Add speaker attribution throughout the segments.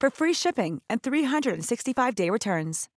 Speaker 1: for free shipping and 365-day returns.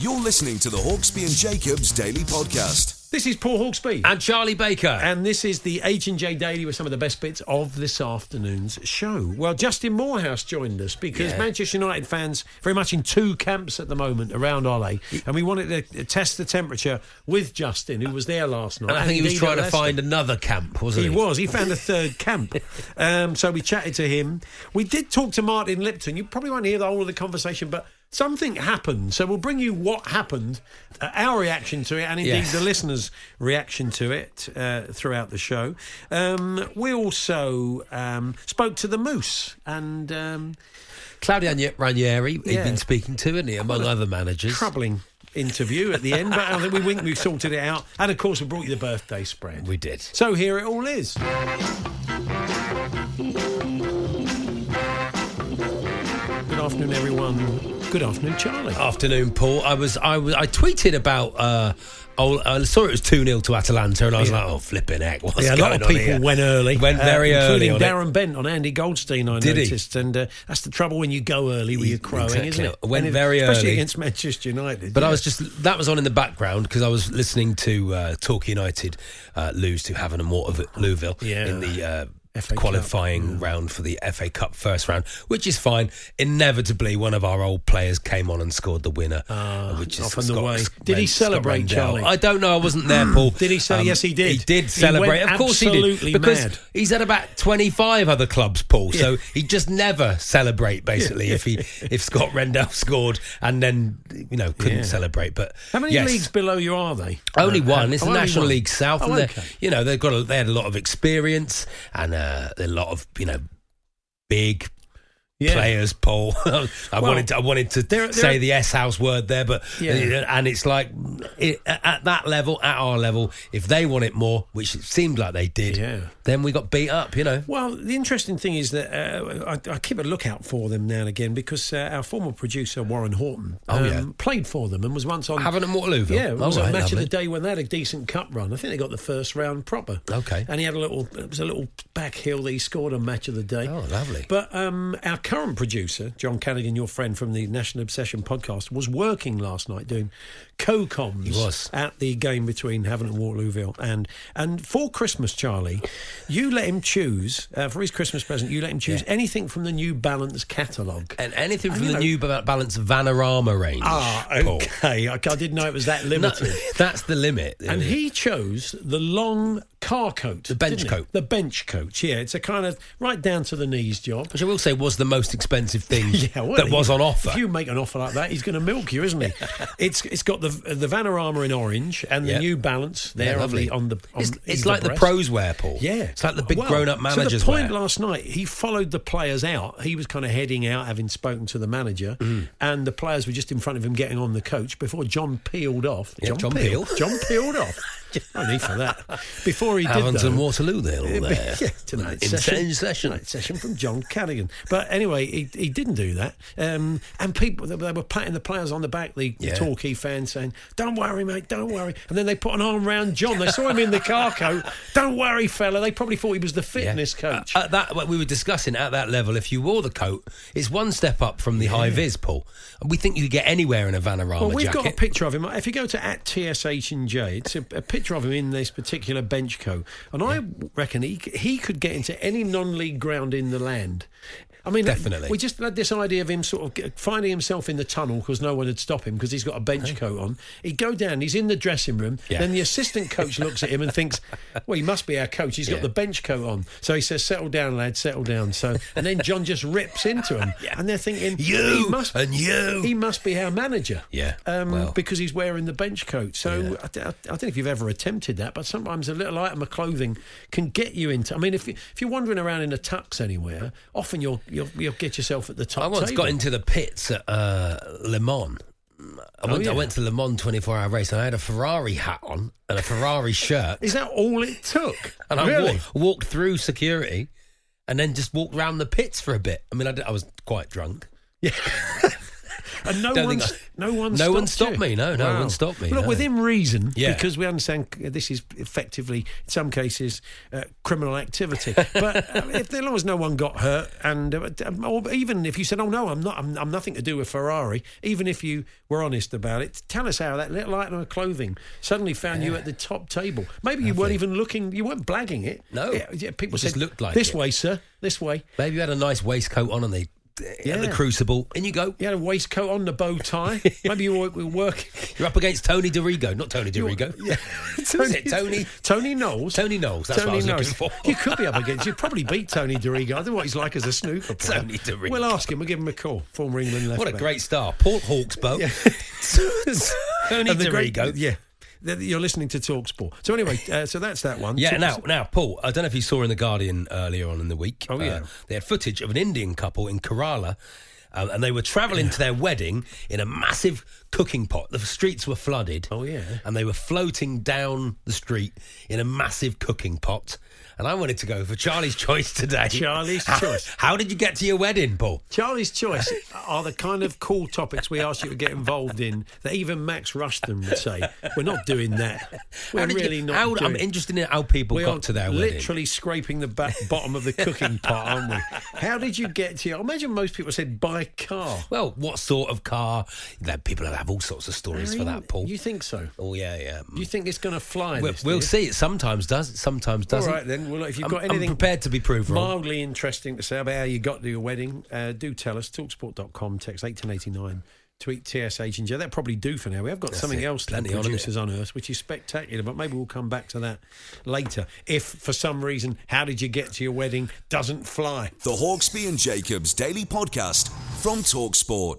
Speaker 2: You're listening to the Hawksby and Jacobs Daily Podcast.
Speaker 3: This is Paul Hawksby.
Speaker 4: and Charlie Baker.
Speaker 3: And this is the H&J Daily with some of the best bits of this afternoon's show. Well, Justin Morehouse joined us because
Speaker 4: Yeah.
Speaker 3: Manchester United fans very much in two camps at the moment around LA. And we wanted to test the temperature with Justin, who was there last night.
Speaker 4: And I think he was
Speaker 3: indeed
Speaker 4: trying to
Speaker 3: at Leicester.
Speaker 4: find another camp, wasn't
Speaker 3: He
Speaker 4: he?
Speaker 3: was. He found a third camp. Um, so we chatted to him. We did talk to Martin Lipton. You probably won't hear the whole of the conversation, but something happened. So we'll bring you what happened, uh, our reaction to it, and indeed
Speaker 4: Yes.
Speaker 3: the listeners' reaction to it uh, throughout the show. Um, we also um, spoke to the Moose, and um,
Speaker 4: Claudio Ran- Ranieri,
Speaker 3: Yeah.
Speaker 4: he'd been speaking to, hadn't he, among other managers.
Speaker 3: troubling interview at the end, but I think we think we've sorted it out. And of course, we brought you the birthday spread.
Speaker 4: We did.
Speaker 3: So here it all is. Good afternoon, everyone. Good afternoon, Charlie.
Speaker 4: Afternoon, Paul. I was, I was, I tweeted about. Uh, oh, I saw it was two 0 to Atalanta, and I was
Speaker 3: Yeah.
Speaker 4: like, "Oh, flipping heck!" What's
Speaker 3: yeah, a
Speaker 4: going
Speaker 3: lot of
Speaker 4: on
Speaker 3: people
Speaker 4: here?
Speaker 3: went early.
Speaker 4: Went very
Speaker 3: uh,
Speaker 4: early.
Speaker 3: Including
Speaker 4: on it.
Speaker 3: Darren Bent on Andy Goldstein, I
Speaker 4: Did he?
Speaker 3: noticed. And uh, that's the trouble when you go early with your crowing, isn't
Speaker 4: Exactly.
Speaker 3: it?
Speaker 4: Went
Speaker 3: And it-
Speaker 4: very
Speaker 3: Especially
Speaker 4: early.
Speaker 3: against Manchester United.
Speaker 4: But
Speaker 3: yeah.
Speaker 4: I was just that was on in the background because I was listening to uh, Talk United uh, lose to Havana Morton Louisville
Speaker 3: Yeah.
Speaker 4: in the uh,
Speaker 3: FA Cup. Mm.
Speaker 4: qualifying round for the FA Cup first round, which is fine. Inevitably, one of our old players came on and scored the winner, uh, which is
Speaker 3: often Ah, the
Speaker 4: Scott,
Speaker 3: way.
Speaker 4: Scott
Speaker 3: Did he
Speaker 4: Ren- Scott
Speaker 3: celebrate,
Speaker 4: Rendell.
Speaker 3: Charlie?
Speaker 4: I don't know. I wasn't there, Paul.
Speaker 3: Hmm.
Speaker 4: Um,
Speaker 3: Did he cele- yes, he did.
Speaker 4: He
Speaker 3: He
Speaker 4: did celebrate.
Speaker 3: went
Speaker 4: of course, he
Speaker 3: absolutely
Speaker 4: did because
Speaker 3: mad.
Speaker 4: he's at about twenty-five other clubs, Paul. So he just never celebrate basically if he if Scott Rendell scored and then you know couldn't
Speaker 3: Yeah.
Speaker 4: celebrate. But
Speaker 3: How many
Speaker 4: yes.
Speaker 3: leagues below you are they?
Speaker 4: Only
Speaker 3: Uh,
Speaker 4: one. It's
Speaker 3: oh,
Speaker 4: the
Speaker 3: only
Speaker 4: National
Speaker 3: one.
Speaker 4: League South,
Speaker 3: Oh,
Speaker 4: and they're-
Speaker 3: okay.
Speaker 4: you know they've got a, they had a lot of experience and uh, a lot of you know big
Speaker 3: Yeah.
Speaker 4: players. Paul, I
Speaker 3: Well,
Speaker 4: wanted to, I wanted to
Speaker 3: they're- they're-
Speaker 4: say the S house word there, but uh,
Speaker 3: Yeah.
Speaker 4: and it's like it, at that level, at our level, if they want it more, which it seemed like they did,
Speaker 3: Yeah.
Speaker 4: then we got beat up. You know,
Speaker 3: Well, the interesting thing is that uh, I, I keep a lookout for them now and again because uh, our former producer Warren Horton um,
Speaker 4: Oh, yeah.
Speaker 3: played for them and was once on
Speaker 4: having them at Waterlooville.
Speaker 3: Yeah, it was
Speaker 4: All
Speaker 3: a
Speaker 4: right,
Speaker 3: match
Speaker 4: lovely.
Speaker 3: of the day when they had a decent cup run. I think they got the first round proper.
Speaker 4: Okay.
Speaker 3: and he had a little. It was a little back heel that he scored on match of the day.
Speaker 4: Oh, lovely.
Speaker 3: But um, our current producer, John Callaghan, your friend from the National Obsession podcast, was working last night doing co-coms
Speaker 4: He was.
Speaker 3: at the game between Havant and Waterlooville. And and for Christmas, Charlie, you let him choose uh, for his Christmas present. You let him choose anything from the New Balance catalogue.
Speaker 4: and anything
Speaker 3: And
Speaker 4: from
Speaker 3: you
Speaker 4: the
Speaker 3: know-
Speaker 4: new Ba- Balance Vanarama range.
Speaker 3: Ah,
Speaker 4: Paul.
Speaker 3: okay. I, I didn't know it was that
Speaker 4: No,
Speaker 3: limited.
Speaker 4: that's the limit.
Speaker 3: And
Speaker 4: isn't it?
Speaker 3: he chose the long car coat. The
Speaker 4: bench coat.
Speaker 3: The bench coat, yeah. It's a kind of right down to the knees job.
Speaker 4: Which I will say was the most expensive thing
Speaker 3: Yeah, well,
Speaker 4: that was on
Speaker 3: If
Speaker 4: offer.
Speaker 3: you make an offer like that, he's going to milk you, isn't he? it's it's got the the Vanarama in orange and the
Speaker 4: Yeah.
Speaker 3: New Balance there
Speaker 4: Yeah,
Speaker 3: on the on the. On
Speaker 4: it's it's
Speaker 3: either
Speaker 4: like the
Speaker 3: breast.
Speaker 4: pros wear, Paul.
Speaker 3: Yeah,
Speaker 4: it's like the big
Speaker 3: Well,
Speaker 4: grown-up managers.
Speaker 3: To the point
Speaker 4: wear.
Speaker 3: last night, he followed the players out. He was kind of heading out, having spoken to the manager,
Speaker 4: Mm.
Speaker 3: and the players were just in front of him getting on the coach before John peeled off.
Speaker 4: Yeah, John Peel.
Speaker 3: John peeled off. No need for that. Before he
Speaker 4: Havant
Speaker 3: did
Speaker 4: and
Speaker 3: though,
Speaker 4: Waterloo, they're all there.
Speaker 3: yeah, tonight's
Speaker 4: Insane
Speaker 3: session.
Speaker 4: session.
Speaker 3: Tonight's session from John Callaghan. But anyway, he, he didn't do that. Um, and people, they, they were patting the players on the back, the,
Speaker 4: Yeah.
Speaker 3: the Torquay fans, saying, Don't worry, mate, don't worry. And then they put an arm round John. They saw him in the car coat. Don't worry, fella. They probably thought he was the
Speaker 4: Yeah.
Speaker 3: fitness coach.
Speaker 4: Uh, at that, what we were discussing at that level, if you wore the coat, it's one step up from the high vis, Paul. And we think you could get anywhere in a Vanarama
Speaker 3: well, we've
Speaker 4: jacket.
Speaker 3: got a picture of him. If you go to at TSH and J, it's a, a picture of him in this particular bench coat, and I reckon he he could get into any non-league ground in the land. I mean,
Speaker 4: Definitely.
Speaker 3: We just had this idea of him sort of g- finding himself in the tunnel because no one would stop him because he's got a bench coat on. He'd go down, he's in the dressing room,
Speaker 4: Yeah.
Speaker 3: then the assistant coach looks at him and thinks, well, he must be our coach. He's
Speaker 4: Yeah.
Speaker 3: got the bench coat on. So he says, settle down, lad, settle down. So And then John just rips into him. And they're thinking,
Speaker 4: You
Speaker 3: he must,
Speaker 4: and you.
Speaker 3: He must be our manager.
Speaker 4: Yeah,
Speaker 3: Um,
Speaker 4: well.
Speaker 3: Because he's wearing the bench coat. So I, d- I- I don't know if you've ever attempted that, but sometimes a little item of clothing can get you into. I mean, if, you, if you're wandering around in a tux anywhere, often you'll you'll, you'll get yourself at the top.
Speaker 4: I once
Speaker 3: table.
Speaker 4: got into the pits at uh, Le Mans. I
Speaker 3: Oh,
Speaker 4: went,
Speaker 3: yeah.
Speaker 4: I went to Le Mans 24 hour race and I had a Ferrari hat on and a Ferrari shirt.
Speaker 3: Is that all it took?
Speaker 4: And I
Speaker 3: really?
Speaker 4: walked, walked through security and then just walked round the pits for a bit. I mean, I, did- I was quite drunk.
Speaker 3: And no
Speaker 4: Don't
Speaker 3: one,
Speaker 4: think I-
Speaker 3: no one,
Speaker 4: No one
Speaker 3: stopped
Speaker 4: stopped
Speaker 3: you.
Speaker 4: me, no, no one stopped me,
Speaker 3: Look,
Speaker 4: no.
Speaker 3: within reason,
Speaker 4: Yeah.
Speaker 3: because we understand c- this is effectively, in some cases, uh, criminal activity. But uh, if as long as no one got hurt, and uh, d- um, or even if you said, "Oh no, I'm not, I'm, I'm nothing to do with Ferrari," even if you were honest about it, tell us how that little item of clothing suddenly found you at the top table. Maybe you weren't even looking, you weren't blagging it.
Speaker 4: No.
Speaker 3: yeah, yeah, people
Speaker 4: It just
Speaker 3: said,
Speaker 4: looked like
Speaker 3: this
Speaker 4: it."
Speaker 3: way, sir, this way.
Speaker 4: Maybe you had a nice waistcoat on and they yeah. the
Speaker 3: Yeah.
Speaker 4: crucible. In you go.
Speaker 3: You had a waistcoat on, the bow tie. Maybe you were, were working.
Speaker 4: You're up against Tony DiRigo, not Tony DiRigo.
Speaker 3: Yeah.
Speaker 4: Is it Tony?
Speaker 3: Tony Knowles.
Speaker 4: Tony Knowles, that's what I was looking for.
Speaker 3: You could be up against. You probably beat Tony DiRigo. I don't know what he's like as a snooker player.
Speaker 4: Tony DiRigo.
Speaker 3: We'll ask him. We'll give him a call. Former England left
Speaker 4: What a
Speaker 3: back.
Speaker 4: great star. Port Hawke's boat. Tony
Speaker 3: And the great-
Speaker 4: DiRigo.
Speaker 3: Yeah. Th- You're listening to Talksport. So anyway, uh, so that's that one.
Speaker 4: Yeah,
Speaker 3: Talk-
Speaker 4: now, now, Paul, I don't know if you saw in The Guardian earlier on in the week. uh,
Speaker 3: Oh, yeah.
Speaker 4: they had footage of an Indian couple in Kerala, um, and they were travelling to their wedding in a massive cooking pot. The streets were flooded.
Speaker 3: Oh, yeah.
Speaker 4: And they were floating down the street in a massive cooking pot. And I wanted to go for Charlie's Choice today.
Speaker 3: Charlie's
Speaker 4: How-
Speaker 3: Choice.
Speaker 4: How did you get to your wedding, Paul?
Speaker 3: Charlie's Choice are the kind of cool topics we ask you to get involved in that even Max Rushton would say, we're not doing that. We're
Speaker 4: How did you-
Speaker 3: really not
Speaker 4: how- I'm
Speaker 3: doing-
Speaker 4: interested in how people
Speaker 3: We are
Speaker 4: got to their
Speaker 3: literally
Speaker 4: wedding.
Speaker 3: scraping the back bottom of the cooking pot, aren't we? How did you get to? I imagine most people said by car.
Speaker 4: Well, what sort of car? That people have all sorts of stories for
Speaker 3: Really?
Speaker 4: that, Paul.
Speaker 3: You think so?
Speaker 4: oh yeah, yeah.
Speaker 3: You think it's going to fly?
Speaker 4: We'll,
Speaker 3: this, do
Speaker 4: we'll
Speaker 3: you?
Speaker 4: see. It sometimes does. It sometimes
Speaker 3: All
Speaker 4: doesn't.
Speaker 3: right then. Well, if you've
Speaker 4: I'm-
Speaker 3: got
Speaker 4: I'm
Speaker 3: anything
Speaker 4: prepared to be proved wrong.
Speaker 3: mildly interesting to say about how you got to your wedding, uh, do tell us. Talksport.com, text eight ten eighty nine. Tweet TSH and J. That probably do for now. We have got
Speaker 4: That's
Speaker 3: something
Speaker 4: it.
Speaker 3: else that
Speaker 4: Plenty on, isn't
Speaker 3: producers unearthed, which is spectacular. But maybe we'll come back to that later. If for some reason, how did you get to your wedding doesn't fly.
Speaker 2: The Hawksby and Jacobs Daily Podcast from Talksport.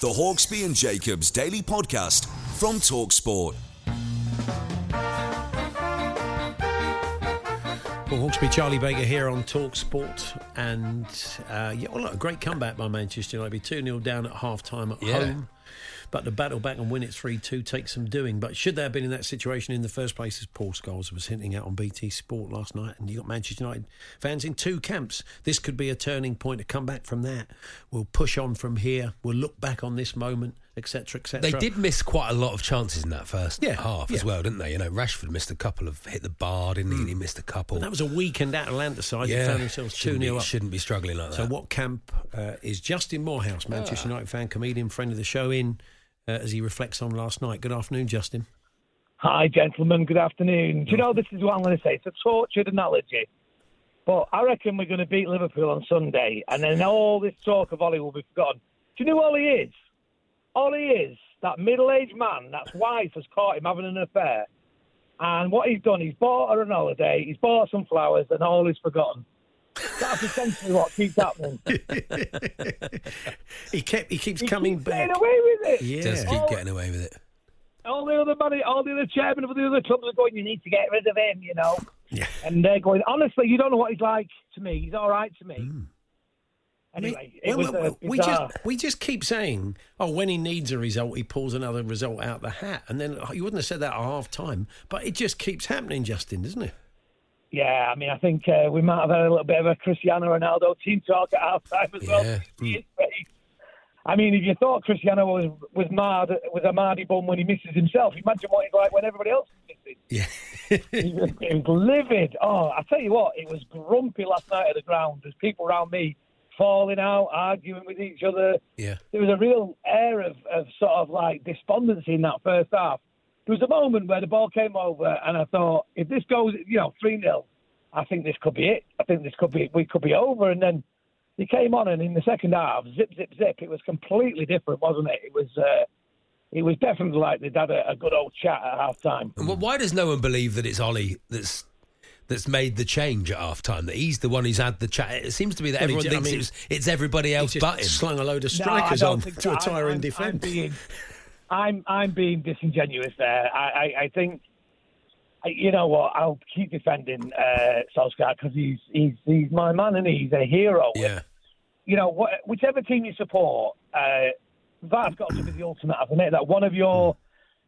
Speaker 2: The Hawksby and Jacobs Daily Podcast from Talksport.
Speaker 3: Well, Hawksby Charlie Baker here on Talk Sport, and uh, yeah, well, look, a great comeback by Manchester United. 2 0 down at half time at
Speaker 4: Yeah.
Speaker 3: home. But to battle back and win it 3 2 takes some doing. But should they have been in that situation in the first place, as Paul Scholes was hinting at on BT Sport last night, and you got Manchester United fans in two camps, this could be a turning point to come back from that. We'll push on from here. We'll look back on this moment, etc., etc.
Speaker 4: They did miss quite a lot of chances in that first
Speaker 3: Yeah,
Speaker 4: half as
Speaker 3: yeah.
Speaker 4: well, didn't they? You know, Rashford missed a couple of hit the bar, didn't he? And he missed a couple.
Speaker 3: And that was a weakened Atlanta side that found themselves 2
Speaker 4: shouldn't be-
Speaker 3: 0 up.
Speaker 4: Shouldn't be struggling like that. Uh.
Speaker 3: So, what camp uh, is Justin Morehouse, Manchester United fan, comedian, friend of the show, in uh, as he reflects on last night? Good afternoon, Justin.
Speaker 5: Hi, gentlemen. Good afternoon. Do you know this is what I'm going to say? It's a tortured analogy, but I reckon we're going to beat Liverpool on Sunday, and then all this talk of Ollie will be forgotten. Do you know who Ollie is? Ollie is that middle-aged man. That's wife has caught him having an affair, and what he's done, he's bought her an holiday, he's bought some flowers, and all is forgotten. That's essentially what keeps happening. He
Speaker 3: He kept. He keeps
Speaker 5: keeps
Speaker 3: coming
Speaker 5: getting
Speaker 3: back.
Speaker 5: away with it. Oh,
Speaker 3: Yeah.
Speaker 4: Does keep getting away with it.
Speaker 5: all the other money, all the other chairmen of the other clubs are going, you need to get rid of him, you know.
Speaker 3: Yeah.
Speaker 5: And they're going, honestly, you don't know what he's like to me. He's all right to me.
Speaker 3: Hmm.
Speaker 5: Anyway,
Speaker 3: We-
Speaker 5: it
Speaker 3: we-
Speaker 5: was uh,
Speaker 3: we- we
Speaker 5: bizarre.
Speaker 3: just we just keep saying, oh, when he needs a result, he pulls another result out the hat, and then oh, you wouldn't have said that at half time, but it just keeps happening, Justin, doesn't it?
Speaker 5: Yeah, I mean, I think uh, we might have had a little bit of a Cristiano Ronaldo team talk at half time as
Speaker 4: Yeah.
Speaker 5: well. His face. I mean, if you thought Cristiano was was marred, was a mardy bum when he misses himself, imagine what he's like when everybody else misses.
Speaker 4: Yeah.
Speaker 5: he was he was livid. Oh, I tell you what, it was grumpy last night at the ground. There's people around me falling out, arguing with each other.
Speaker 4: Yeah.
Speaker 5: There was a real air of, of sort of like despondency in that first half. There was a moment where the ball came over, and I thought, if this goes, you know, 3 0, I think this could be it. I think this could be, we could be over. And then he came on, and in the second half, zip, zip, zip, it was completely different, wasn't it? It was, uh, it was definitely like they'd had a, a good old chat at half time.
Speaker 4: And wh- why does no one believe that it's Ollie that's that's made the change at half time? That he's the one who's had the chat. It seems to be that
Speaker 3: Well, he
Speaker 4: everyone
Speaker 3: did-
Speaker 4: thinks
Speaker 3: I mean,
Speaker 4: it's, it's everybody
Speaker 3: He
Speaker 4: else
Speaker 3: just
Speaker 4: but him.
Speaker 3: slung a load of
Speaker 5: No, I
Speaker 3: strikers
Speaker 5: don't
Speaker 3: on
Speaker 5: think
Speaker 3: to
Speaker 5: so.
Speaker 3: a tire in
Speaker 5: I'm
Speaker 3: defence.
Speaker 5: being, I'm, I'm being disingenuous there. I, I, I think, I- you know what? I'll keep defending uh, Solskjaer because he's, he's he's my man and he's a hero.
Speaker 4: Yeah.
Speaker 5: You know, wh- whichever team you support, uh, that's got to be the ultimate, hasn't it? That one of your,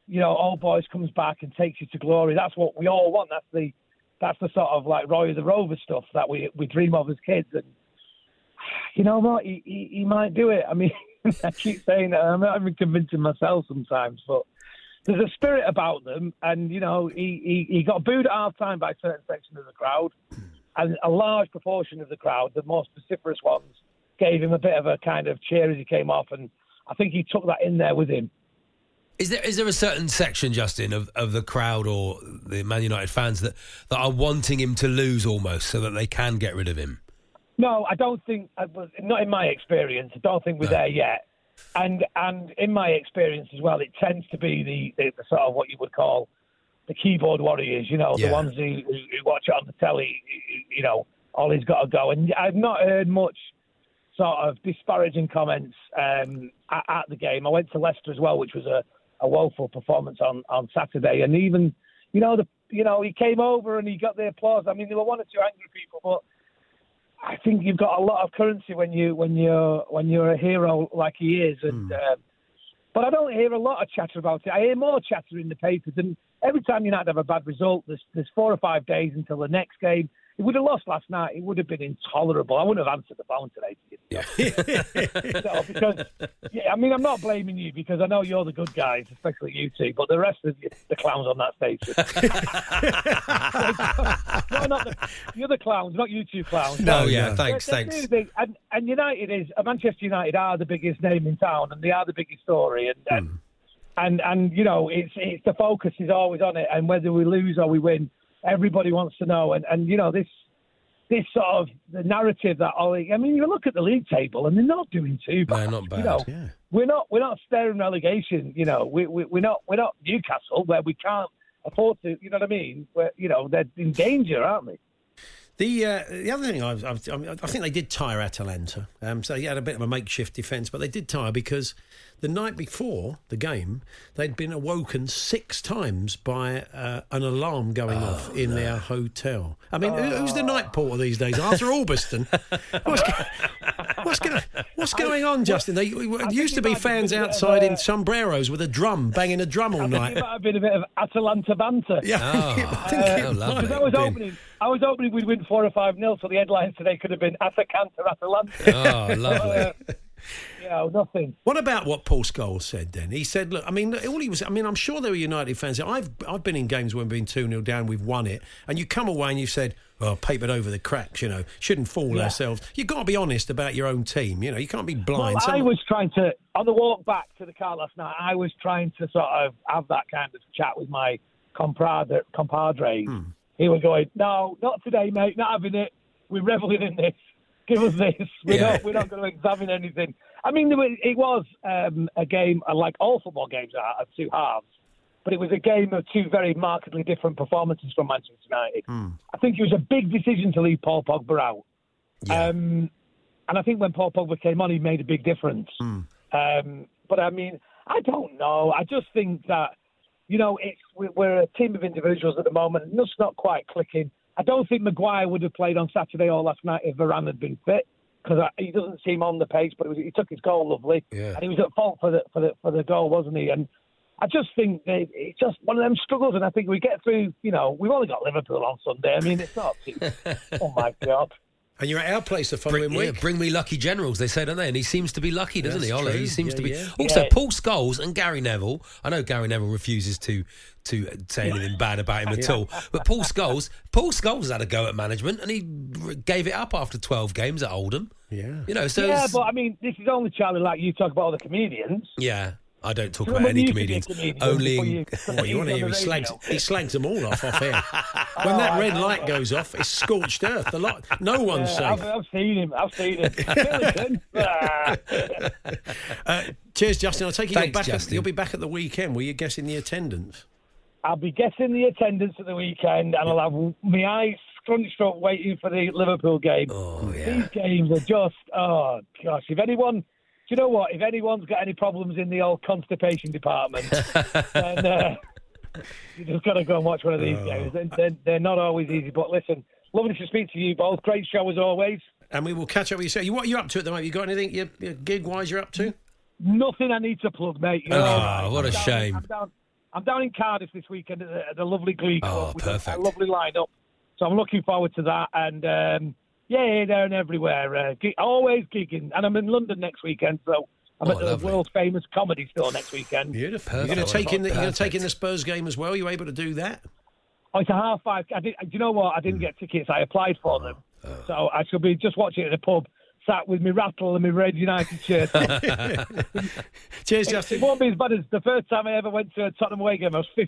Speaker 5: you know, old boys comes back and takes you to glory. That's what we all want. That's the that's the sort of like Roy of the Rover stuff that we we dream of as kids. And you know what? He, he, he might do it. I mean, I keep saying that. I'm not even convincing myself sometimes, but there's a spirit about them. And, you know, he, he, he got booed at half time by a certain section of the crowd. And a large proportion of the crowd, the more vociferous ones, gave him a bit of a kind of cheer as he came off. And I think he took that in there with him.
Speaker 4: Is there is there a certain section, Justin, of, of the crowd or the Man United fans that, that are wanting him to lose almost so that they can get rid of him?
Speaker 5: No, I don't think. I was- Not in my experience. I don't think we're there yet. And and in my experience as well, it tends to be the, the, the sort of what you would call the keyboard warriors. You know,
Speaker 4: Yeah.
Speaker 5: the ones who, who who watch it on the telly. who- You know, Ollie's got to go. And I've not heard much sort of disparaging comments um, at, at the game. I went to Leicester as well, which was a, a woeful performance on, on Saturday, and even you know the you know he came over and he got the applause. I mean, there were one or two angry people, but I think you've got a lot of currency when you when you're when you're a hero like he is. And uh, but I don't hear a lot of chatter about it. I hear more chatter in the papers. And every time United have a bad result, there's there's four or five days until the next game. It would have lost last night. It would have been intolerable. I wouldn't have answered the phone today. To yeah. so, because yeah, I mean, I'm not blaming you because I know you're the good guys, especially you two. But the rest of you, the clowns on that station, no, not the, the other clowns, not you two clowns.
Speaker 4: No, yeah, thanks,
Speaker 5: They- they
Speaker 4: thanks.
Speaker 5: do think- and, and United is uh, Manchester United are the biggest name in town, and they are the biggest story, and and,
Speaker 4: Hmm.
Speaker 5: and, and you know it's it's the focus is always on it, and whether we lose or we win, everybody wants to know, and and you know this this sort of the narrative that Ollie. I mean, you look at the league table, and they're not doing too bad.
Speaker 4: not
Speaker 5: you
Speaker 4: bad,
Speaker 5: know.
Speaker 3: yeah.
Speaker 5: We're not we're not staring relegation. You know, we, we we're not we're not Newcastle where we can't afford to. You know what I mean? Where you know they're in danger, aren't they?
Speaker 3: The uh, the other thing I've, I've I, mean, I think they did tire Atalanta. Um, so they had a bit of a makeshift defence, but they did tire because the night before the game, they'd been awoken six times by uh, an alarm going off
Speaker 5: Oh,
Speaker 3: in their hotel. I mean, who who's the night porter these days? Arthur Alberston. What's, go- what's, go- what's going on, Justin? They it used to
Speaker 5: it
Speaker 3: be
Speaker 5: might have
Speaker 3: fans
Speaker 5: been a bit of
Speaker 3: outside
Speaker 5: a-
Speaker 3: in sombreros with a drum, banging a drum all
Speaker 5: I
Speaker 3: night.
Speaker 5: think it might have been a bit of Atalanta banter.
Speaker 3: Yeah, I think
Speaker 4: oh,
Speaker 3: it might
Speaker 4: lovely.
Speaker 5: Uh, Because I
Speaker 3: have
Speaker 5: was
Speaker 3: been.
Speaker 5: opening, I was opening. We'd win four or five nil, so the headlines today could have been Atacanta, Atalanta. Uh,
Speaker 4: Oh, lovely.
Speaker 5: you know, nothing.
Speaker 3: What about what Paul Scholes said then? He said, "Look, I mean, look, all he was. I mean, I'm sure there were United fans. I've I've been in games when we've been two 0 down, we've won it, and you come away and you've said." Well, papered over the cracks, you know. Shouldn't fool ourselves. You've got to be honest about your own team. You know, you can't be blind.
Speaker 5: Well, I
Speaker 3: Some-
Speaker 5: was trying to on the walk back to the car last night. I was trying to sort of have that kind of chat with my compadre. compadre. He was going, "No, not today, mate. Not having it. We're reveling in this. Give us this. We're
Speaker 4: Yeah.
Speaker 5: not. We're not going to examine anything." I mean, there was- it was um, a game uh, like all football games are of two halves. But it was a game of two very markedly different performances from Manchester United. I think it was a big decision to leave Paul Pogba out. Um, and I think when Paul Pogba came on, he made a big difference.
Speaker 4: Hmm.
Speaker 5: Um, but I mean, I don't know. I just think that you know, it's we're- we're a team of individuals at the moment, and it's not quite clicking. I don't think Maguire would have played on Saturday or last night if Varane had been fit because he doesn't seem on the pace. But it was, he took his goal lovely,
Speaker 4: Yeah.
Speaker 5: and he was at fault for the for the for the goal, wasn't he? And I just think that it's just one of them struggles, and I think we get through. You know, we've only got Liverpool on Sunday. I mean, it's not. oh my God.
Speaker 3: and you're at our place the following
Speaker 4: Bring, yeah,
Speaker 3: week.
Speaker 4: bring me lucky generals, they say, don't they? And he seems to be lucky, doesn't he,
Speaker 3: That's
Speaker 4: Ollie?
Speaker 3: true.
Speaker 4: He seems
Speaker 3: Yeah,
Speaker 4: to be.
Speaker 3: yeah.
Speaker 4: Also,
Speaker 5: Yeah.
Speaker 4: Paul Scholes and Gary Neville. I know Gary Neville refuses to to say anything bad about him at all, but Paul Scholes, Paul Scholes has had a go at management, and he r- gave it up after twelve games at Oldham.
Speaker 3: Yeah.
Speaker 4: you know, so
Speaker 5: Yeah,
Speaker 4: it's-
Speaker 5: but I mean, this is only Charlie. Like you talk about all the comedians.
Speaker 4: yeah, I don't talk
Speaker 5: Do you remember
Speaker 4: about any
Speaker 5: you used to be
Speaker 4: comedians.
Speaker 5: a comedian
Speaker 4: Only
Speaker 5: before
Speaker 4: in-
Speaker 3: Boy, you want to
Speaker 5: He's
Speaker 3: hear
Speaker 5: on
Speaker 3: he
Speaker 5: the radio.
Speaker 3: slags, he slags them all off off air. when that
Speaker 5: Oh,
Speaker 3: red
Speaker 5: I-
Speaker 3: light goes off, it's scorched earth. The lot, no one's
Speaker 5: Yeah, I've,
Speaker 3: safe.
Speaker 5: I've seen him. I've seen him. Skeleton. Ah.
Speaker 3: Uh, cheers, Justin. I take it you're
Speaker 4: Thanks,
Speaker 3: back. At,
Speaker 4: Justin.
Speaker 3: you'll be back at the weekend. Were you guessing the attendance?
Speaker 5: I'll be guessing the attendance at the weekend, and I'll have my eyes scrunched up waiting for the Liverpool game.
Speaker 4: Oh yeah,
Speaker 5: These games are just oh gosh. If anyone, do you know what? If anyone's got any problems in the old constipation department, then uh, you just got to go and watch one of
Speaker 4: Oh.
Speaker 5: these games. They're, they're, they're not always easy, but listen, lovely to speak to you both. Great show as always.
Speaker 3: And we will catch up with you. So, you- what are you up to at the moment? You got anything you, you gig wise you're up to?
Speaker 5: Nothing I need to plug, mate. You
Speaker 4: Oh,
Speaker 5: know,
Speaker 4: what a
Speaker 5: I'm down-
Speaker 4: shame.
Speaker 5: I'm down, I'm down in Cardiff this weekend at the, at the lovely Glee Club.
Speaker 4: Oh,
Speaker 5: with a-
Speaker 4: perfect.
Speaker 5: A, lovely lineup. So I'm looking forward to that. And um, yeah, yeah, there and everywhere. Uh, gig, always gigging. And I'm in London next weekend, so I'm
Speaker 4: Oh,
Speaker 5: at the
Speaker 4: lovely.
Speaker 5: world famous comedy store next weekend.
Speaker 3: Beautiful. You're
Speaker 4: Perfect.
Speaker 3: going to take in the, you're going to take in
Speaker 4: Perfect.
Speaker 3: the Spurs game as well. you able to do that?
Speaker 5: Oh, it's a half five. I did, do you know what? I
Speaker 4: Hmm.
Speaker 5: didn't get tickets. I applied
Speaker 4: Oh,
Speaker 5: for them. So I shall be just watching it at a pub, sat with me rattle and my Red United shirt.
Speaker 3: Cheers,
Speaker 5: It
Speaker 3: Justin.
Speaker 5: won't be as bad as the first time I ever went to a Tottenham away game. I was 15,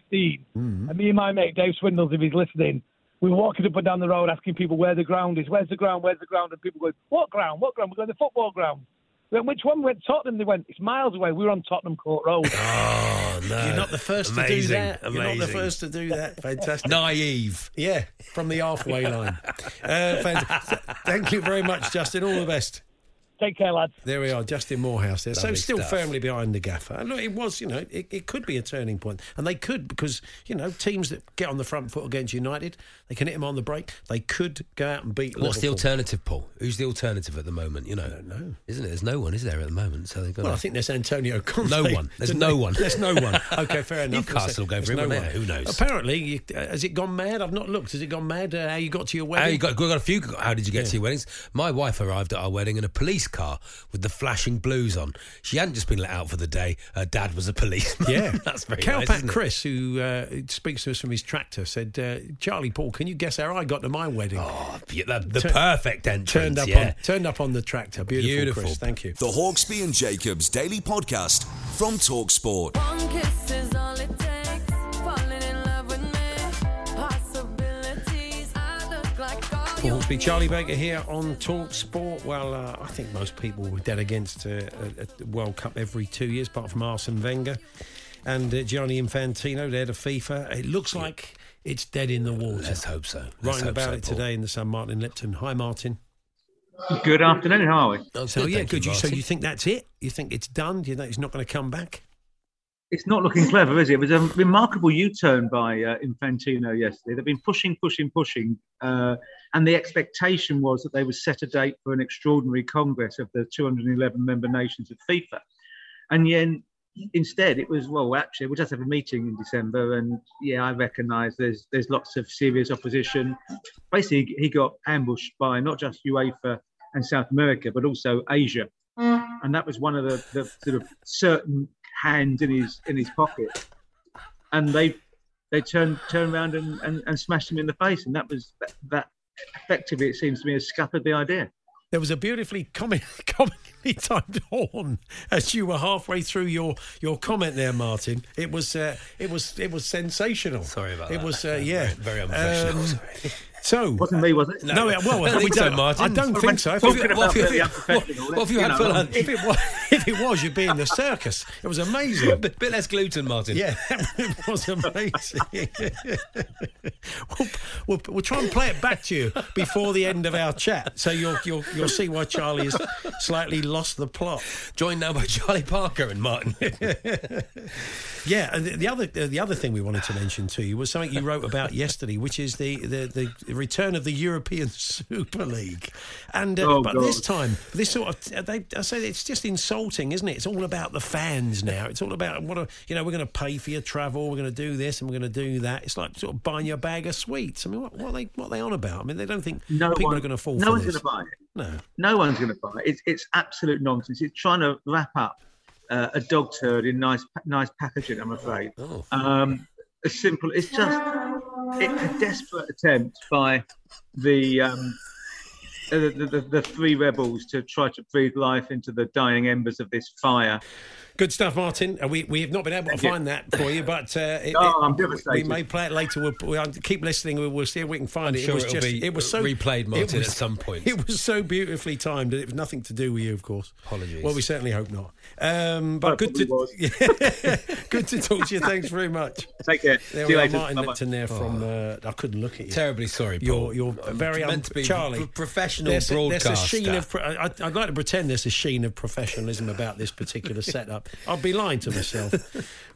Speaker 3: Mm-hmm.
Speaker 4: Mm-hmm.
Speaker 5: and me and my mate Dave Swindles, if he's listening, we were walking up and down the road asking people where the ground is. Where's the ground? Where's the ground? And people going, "What ground? What ground?" We're going the football ground. We went, Which one? We went Tottenham. They went, "It's miles away." We were on Tottenham Court Road.
Speaker 4: oh no,
Speaker 3: You're not the first to do
Speaker 4: Amazing,
Speaker 3: that. You're not the
Speaker 4: amazing.
Speaker 3: first to do that. Fantastic.
Speaker 4: Naive.
Speaker 3: Yeah, from the halfway line. Uh, fantastic. Thank you very much, Justin. All the best.
Speaker 5: Take care, lads.
Speaker 3: There we are, Justin Morehouse there. so
Speaker 4: Lovely
Speaker 3: still
Speaker 4: stuff.
Speaker 3: firmly behind the gaffer. And look, it was, you know, it, it could be a turning point. And they could, because, you know, teams that get on the front foot against United, they can hit them on the break. They could go out and beat
Speaker 4: What's the
Speaker 3: Liverpool.
Speaker 4: alternative, Paul? Who's the alternative at the moment? You know, I don't know. Isn't it? There's no one, is there, at the moment? So they've got.
Speaker 3: Well, I
Speaker 4: to-
Speaker 3: think there's Antonio Conte.
Speaker 4: No one. There's no one.
Speaker 3: There's no one. Okay, fair enough.
Speaker 4: Newcastle go
Speaker 3: There's
Speaker 4: for him, won't they? Who knows?
Speaker 3: Apparently, you, uh, has it gone mad? I've not looked. Has it gone mad? Uh, how you got to your
Speaker 4: How
Speaker 3: wedding?
Speaker 4: you got, we got a few. How did you get to your weddings? My wife arrived at our wedding in a police car with the flashing blues on. She hadn't just been let out for the day. Her dad was a policeman.
Speaker 3: Yeah,
Speaker 4: that's very
Speaker 3: Cowpat
Speaker 4: nice. isn't it?
Speaker 3: Chris, who uh, speaks to us from his tractor, said, uh, "Charlie Paul, can you guess how I got to my wedding?"
Speaker 4: Oh, be- the, the
Speaker 3: Turn-
Speaker 4: perfect entrance.
Speaker 3: turned up
Speaker 4: yeah.
Speaker 3: on turned up on the tractor. Beautiful,
Speaker 4: Beautiful.
Speaker 3: Chris. Thank you.
Speaker 2: The Hawksby and Jacobs Daily Podcast from Talksport.
Speaker 6: One kiss is all it takes. Falling in love with me. Possibilities. I look like all
Speaker 3: Paul
Speaker 6: you
Speaker 3: Hawksby,
Speaker 6: need.
Speaker 3: Charlie Baker here on Talk Sport. Well, uh, I think most people were dead against uh, a, a World Cup every two years, apart from Arsene Wenger and uh, Gianni Infantino, the head of FIFA. It looks like it's dead in the water.
Speaker 4: Let's hope so. Let's
Speaker 3: Writing
Speaker 4: hope
Speaker 3: about
Speaker 4: so,
Speaker 3: it
Speaker 4: Paul.
Speaker 3: today in the Sun, Martin Lipton. Hi, Martin.
Speaker 7: Good afternoon. How are we?
Speaker 4: Oh,
Speaker 3: So yeah, good. You, so
Speaker 7: Martin.
Speaker 3: you think that's it? You think it's done? Do you think it's not going to come back?
Speaker 7: It's not looking clever, is it? It was a remarkable U-turn by uh, Infantino yesterday. They've been pushing, pushing, pushing, uh, and the expectation was that they would set a date for an extraordinary congress of the 211 member nations of FIFA, and then instead it was well, actually, we'll just have a meeting in December, and yeah, I recognise there's there's lots of serious opposition. Basically, he got ambushed by not just UEFA and South America, but also Asia and that was one of the, the sort of certain hands in his in his pocket, and they they turned turned around and, and, and smashed him in the face, and that was that, that effectively it seems to me has scuppered the idea.
Speaker 3: There was a beautifully comic, comically timed horn as you were halfway through your, your comment there, Martin. It was uh, it was it was sensational. Sorry about
Speaker 4: that.
Speaker 3: It was uh,
Speaker 4: Very-
Speaker 3: yeah,
Speaker 4: very unprofessional,
Speaker 3: Um, so
Speaker 7: wasn't me, was it?
Speaker 3: No, yeah, well,
Speaker 4: I don't
Speaker 3: we
Speaker 4: think so,
Speaker 3: don't,
Speaker 4: Martin.
Speaker 3: I don't
Speaker 4: Well,
Speaker 3: think so.
Speaker 4: talking about the unprofessional,
Speaker 3: what-
Speaker 4: let's, you know, um,
Speaker 3: If it was, if it was, you'd be in the circus. It was amazing.
Speaker 4: A bit, bit less gluten, Martin.
Speaker 3: Yeah, it was amazing. we'll, we'll, we'll try and play it back to you before the end of our chat, so you'll you'll, you'll see why Charlie has slightly lost the plot.
Speaker 4: Joined now by Charlie Parker and Martin.
Speaker 3: Yeah, and the- the other uh, the other thing we wanted to mention to you was something you wrote about yesterday, which is the the, the return of the European Super League, and uh,
Speaker 7: Oh,
Speaker 3: but
Speaker 7: God.
Speaker 3: this time this sort of uh, they I say it's just insulting, isn't it? It's all about the fans now. It's all about what a, you know. We're going to pay for your travel. We're going to do this and we're going to do that. It's like sort of buying your bag of sweets. I mean, what, what are they what are they on about? I mean, they don't think
Speaker 7: No
Speaker 3: people
Speaker 7: one-
Speaker 3: are going to fall.
Speaker 7: no
Speaker 3: for
Speaker 7: one's
Speaker 3: this.
Speaker 7: gonna buy it.
Speaker 3: No.
Speaker 7: No one's going to buy it. It's, it's absolute nonsense. It's trying to wrap up uh, a dog turd in nice nice packaging. I'm afraid. Um, as simple. It's just it's a desperate attempt by the, um, the, the, the the three rebels to try to breathe life into the dying embers of this fire.
Speaker 3: Good stuff, Martin. Uh, We, we have not been able to
Speaker 7: you.
Speaker 3: find that for you, but uh, it,
Speaker 7: Oh,
Speaker 3: it-
Speaker 7: I'm
Speaker 3: we-
Speaker 7: devastated.
Speaker 3: We may play it later. We'll, we'll keep listening. We'll, we'll see if we can
Speaker 4: I'm
Speaker 3: find it.
Speaker 4: sure
Speaker 3: it was
Speaker 4: it'll
Speaker 3: just
Speaker 4: be
Speaker 3: it was so
Speaker 4: replayed,
Speaker 3: it
Speaker 4: Martin,
Speaker 3: was-
Speaker 4: at some point.
Speaker 3: It was so beautifully timed, and it was nothing to do with you, of course.
Speaker 4: Apologies.
Speaker 3: Well, we certainly hope not. Um, but
Speaker 7: I
Speaker 3: good to
Speaker 7: probably
Speaker 3: good to talk to you. Thanks very much.
Speaker 7: Take care.
Speaker 3: There
Speaker 7: See
Speaker 3: we
Speaker 7: you
Speaker 3: are,
Speaker 7: later.
Speaker 3: Martin
Speaker 7: Bye-bye.
Speaker 3: Lipton there from. Uh, I couldn't look at you.
Speaker 4: Oh. Terribly sorry,
Speaker 3: You're
Speaker 4: Paul.
Speaker 3: you're
Speaker 4: I'm
Speaker 3: very
Speaker 4: meant
Speaker 3: un-
Speaker 4: to be pr-
Speaker 3: Charlie.
Speaker 4: professional
Speaker 3: there's a- there's a
Speaker 4: broadcaster.
Speaker 3: sheen of. pro- I, I'd like to pretend there's a sheen of professionalism about this particular setup. I'll be lying to myself.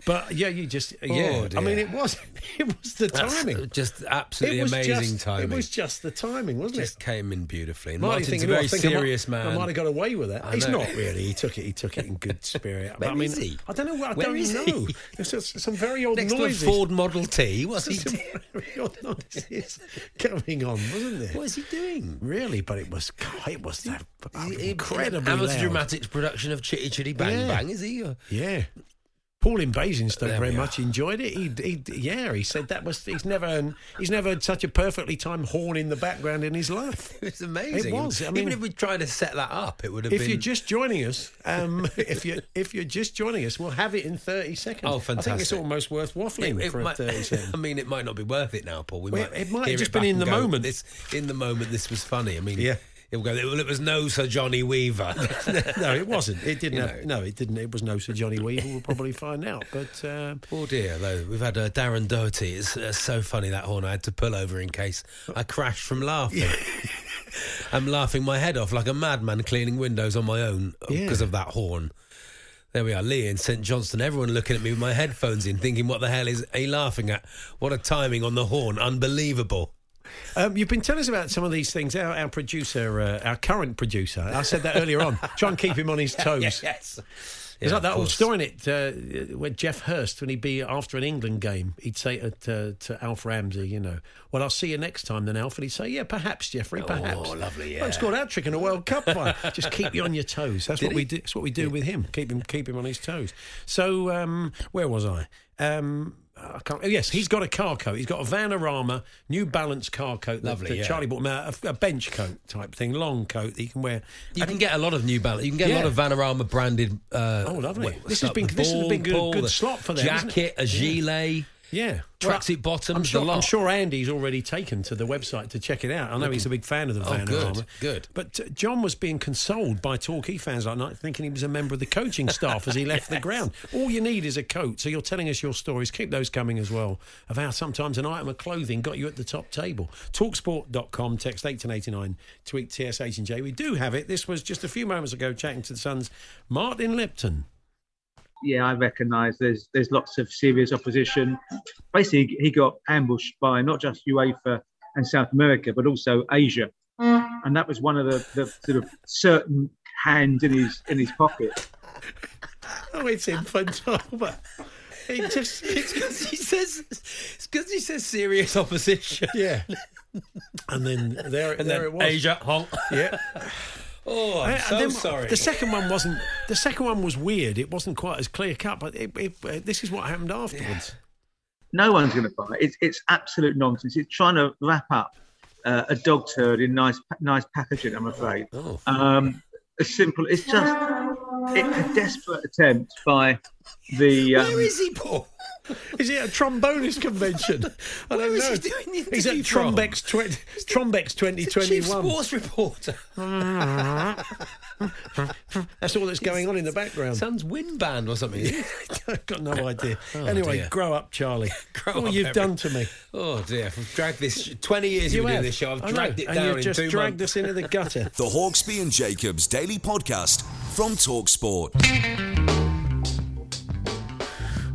Speaker 3: But yeah, you just yeah. I
Speaker 4: Oh, dear.
Speaker 3: mean, it was it was the
Speaker 4: That's
Speaker 3: timing.
Speaker 4: Just absolutely
Speaker 3: It was
Speaker 4: amazing
Speaker 3: just-
Speaker 4: timing.
Speaker 3: It was just the timing, wasn't
Speaker 4: just
Speaker 3: it?
Speaker 4: came in beautifully. And
Speaker 3: Marty
Speaker 4: Martin's
Speaker 3: thinking,
Speaker 4: a
Speaker 3: "Oh, I
Speaker 4: very
Speaker 3: think I might-
Speaker 4: serious man.
Speaker 3: I might have got away with that.
Speaker 4: I
Speaker 3: He's
Speaker 4: know.
Speaker 3: not really. He took it. He took it in good spirit. But I
Speaker 4: Where
Speaker 3: mean,
Speaker 4: is he?
Speaker 3: I don't know. what- I
Speaker 4: Where
Speaker 3: don't
Speaker 4: is he?
Speaker 3: know. There's just some very old
Speaker 4: Next
Speaker 3: noises.
Speaker 4: to a Ford Model T. What's he
Speaker 3: some
Speaker 4: doing?
Speaker 3: very old noises going on, wasn't there?
Speaker 4: What is he doing?
Speaker 3: Really, but it was God, it was that
Speaker 4: Incredible.
Speaker 3: incredibly
Speaker 4: Hamilton
Speaker 3: loud.
Speaker 4: Dramatics production of Chitty Chitty Bang
Speaker 3: Yeah.
Speaker 4: Bang, is he? uh, Or-
Speaker 3: Yeah. Paul in Basingstoke
Speaker 4: There
Speaker 3: very
Speaker 4: we
Speaker 3: much enjoyed it. He, he, yeah, he said that was he's never he's never had such a perfectly timed horn in the background in his life.
Speaker 4: It's amazing.
Speaker 3: It was. I
Speaker 4: Even
Speaker 3: mean,
Speaker 4: if we tried to set that up, it would have
Speaker 3: if
Speaker 4: been.
Speaker 3: you're just joining us, um, if you if you're just joining us, we'll have it in thirty seconds.
Speaker 4: Oh,
Speaker 3: I think it's
Speaker 4: fantastic.
Speaker 3: almost worth waffling
Speaker 4: It- it
Speaker 3: for
Speaker 4: might- Um,
Speaker 3: thirty
Speaker 4: I
Speaker 3: seconds.
Speaker 4: mean, it might not be worth it now, Paul. We
Speaker 3: Well,
Speaker 4: might.
Speaker 3: it might have
Speaker 4: hear
Speaker 3: just
Speaker 4: back
Speaker 3: been in
Speaker 4: and
Speaker 3: the
Speaker 4: go,
Speaker 3: moment.
Speaker 4: This in the moment. This was funny. I mean,
Speaker 3: Yeah.
Speaker 4: It will go. Well, it was no Sir Johnny Weaver.
Speaker 3: no, it wasn't. It didn't.
Speaker 4: You
Speaker 3: Have, no, it didn't. It was no Sir Johnny Weaver. We'll probably find out. But um,
Speaker 4: Oh dear, though we've had uh, Darren Doherty. It's uh, so funny that horn. I had to pull over in case I crashed from laughing. I'm laughing my head off like a madman cleaning windows on my own uh,
Speaker 3: Yeah.
Speaker 4: because of that horn. There we are, Lee in St Johnston. Everyone looking at me with my headphones in, thinking, "What the hell is he laughing at? What a timing on the horn! Unbelievable!"
Speaker 3: Um, you've been telling us about some of these things. Our, our producer, uh, our current producer, I said that earlier on. Try and keep him on his toes.
Speaker 4: yes.
Speaker 3: It's
Speaker 4: Yeah,
Speaker 3: like that
Speaker 4: of
Speaker 3: old
Speaker 4: course.
Speaker 3: story in it uh, where Jeff Hurst, when he'd be after an England game, he'd say to, to, to Alf Ramsey, you know, well, I'll see you next time then, Alf. And he'd say, yeah, perhaps, Jeffrey, perhaps.
Speaker 4: lovely,
Speaker 3: Well, he
Speaker 4: yeah.
Speaker 3: scored our trick in a World Cup one. Just keep you on your toes. That's what we do. That's what we do with him. Keep him, keep him on his toes. So um, where was I? Um, I can't. Oh, yes, he's got a car coat. He's got a Vanarama New Balance car coat. that-
Speaker 4: Lovely,
Speaker 3: that
Speaker 4: yeah.
Speaker 3: Charlie bought him out, a, a bench coat type thing, long coat that you can wear.
Speaker 4: You can get a lot of New Balance. You can get
Speaker 3: Yeah.
Speaker 4: a lot of Vanarama branded. Uh,
Speaker 3: Oh, lovely.
Speaker 4: well,
Speaker 3: This has
Speaker 4: stuff,
Speaker 3: been-
Speaker 4: the
Speaker 3: this has been good-
Speaker 4: ball,
Speaker 3: good
Speaker 4: the
Speaker 3: slot for them, isn't
Speaker 4: Jacket,
Speaker 3: it?
Speaker 4: a
Speaker 3: Yeah.
Speaker 4: gilet.
Speaker 3: Yeah.
Speaker 4: Tracksuit bottoms,
Speaker 3: I'm
Speaker 4: the
Speaker 3: sure,
Speaker 4: lot.
Speaker 3: I'm sure Andy's already taken to the website to check it out. I know he's a big fan of the
Speaker 4: Oh,
Speaker 3: Van
Speaker 4: good,
Speaker 3: Armour.
Speaker 4: good.
Speaker 3: But uh, John was being consoled by Torquay fans that night, thinking he was a member of the coaching staff as he left the ground. All you need is a coat. So you're telling us your stories. Keep those coming as well of how sometimes an item of clothing got you at the top table. Talksport.com, text 1889, tweet TSH and J. We do have it. This was just a few moments ago chatting to the Suns, Martin Lipton.
Speaker 7: yeah, I recognise there's there's lots of serious opposition. Basically, he got ambushed by not just UEFA and South America, but also Asia,
Speaker 3: Oh,
Speaker 7: and that was one of the, the sort of certain hands in his in his pocket.
Speaker 3: Oh, it's infantile, but it just. It's,
Speaker 4: Because he says, because he says serious opposition.
Speaker 3: yeah. And then there,
Speaker 4: And
Speaker 3: there
Speaker 4: then
Speaker 3: it was.
Speaker 4: Asia, honk.
Speaker 3: Yeah.
Speaker 4: Oh, I'm
Speaker 3: And
Speaker 4: so
Speaker 3: Uh, then
Speaker 4: sorry.
Speaker 3: The second one wasn't. The second one was weird. It wasn't quite as clear cut, but it, it, uh, this is what happened afterwards.
Speaker 7: No one's going to buy it. It's it's absolute nonsense. It's trying to wrap up uh, a dog turd in nice nice packaging. I'm afraid.
Speaker 4: Oh.
Speaker 7: Um, as simple. It's just it's a desperate attempt by the. Um,
Speaker 4: Where is he, Paul?
Speaker 3: Is it a trombonist convention? I
Speaker 4: Where
Speaker 3: don't
Speaker 4: is
Speaker 3: know.
Speaker 4: he doing the
Speaker 3: He's at
Speaker 4: interview from?
Speaker 3: Trombeck's, twen- Trombeck's
Speaker 4: He's a Chief
Speaker 3: 2021.
Speaker 4: sports reporter.
Speaker 3: That's all that's going on in the background.
Speaker 4: Sounds wind band or something.
Speaker 3: I've got no idea.
Speaker 4: Oh,
Speaker 3: anyway,
Speaker 4: dear.
Speaker 3: grow up, Charlie.
Speaker 4: Grow
Speaker 3: what
Speaker 4: up,
Speaker 3: you've
Speaker 4: Eric.
Speaker 3: done to me.
Speaker 4: Oh dear, I've dragged this. Twenty years you've been doing
Speaker 3: have.
Speaker 4: this show. I've
Speaker 3: I know,
Speaker 4: dragged it
Speaker 3: and
Speaker 4: down
Speaker 3: you've
Speaker 4: in
Speaker 3: just
Speaker 4: two
Speaker 3: dragged
Speaker 4: months.
Speaker 3: us into the gutter.
Speaker 2: The Hawksby and Jacobs Daily Podcast from Talksport.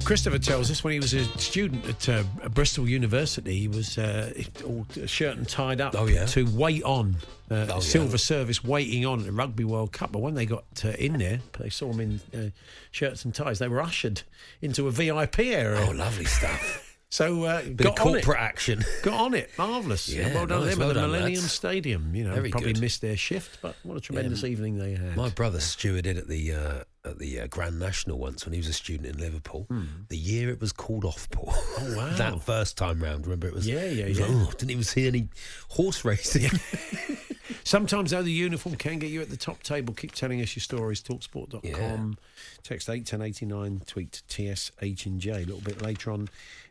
Speaker 3: Christopher tells us when he was a student at uh, Bristol University, he was uh, all shirt and tied up
Speaker 4: Oh, yeah.
Speaker 3: to wait on. Uh,
Speaker 4: Oh, yeah.
Speaker 3: Silver service waiting on at the Rugby World Cup. But when they got uh, in there, they saw him in uh, shirts and ties. They were ushered into a VIP area.
Speaker 4: Oh, lovely stuff.
Speaker 3: so uh,
Speaker 4: Bit
Speaker 3: got
Speaker 4: of
Speaker 3: on it.
Speaker 4: corporate action.
Speaker 3: Got on it. Marvellous.
Speaker 4: Yeah,
Speaker 3: well done
Speaker 4: nice.
Speaker 3: them
Speaker 4: Well
Speaker 3: at the
Speaker 4: done,
Speaker 3: Millennium
Speaker 4: lads.
Speaker 3: Stadium. You know,
Speaker 4: Very
Speaker 3: probably
Speaker 4: good.
Speaker 3: missed their shift, but what a tremendous evening they had.
Speaker 4: My brother stewarded at the uh, at the uh, Grand National once when he was a student in Liverpool. The year it was called off, Paul. Oh
Speaker 3: Hmm. wow.
Speaker 4: that first time round, remember it was?
Speaker 3: Yeah, yeah,
Speaker 4: it was
Speaker 3: yeah.
Speaker 4: like, oh, didn't even see any horse racing.
Speaker 3: Sometimes, though, the uniform can get you at the top table. Keep telling us your stories. Talksport.com. Text 81089, tweet TSH and J. A little bit later on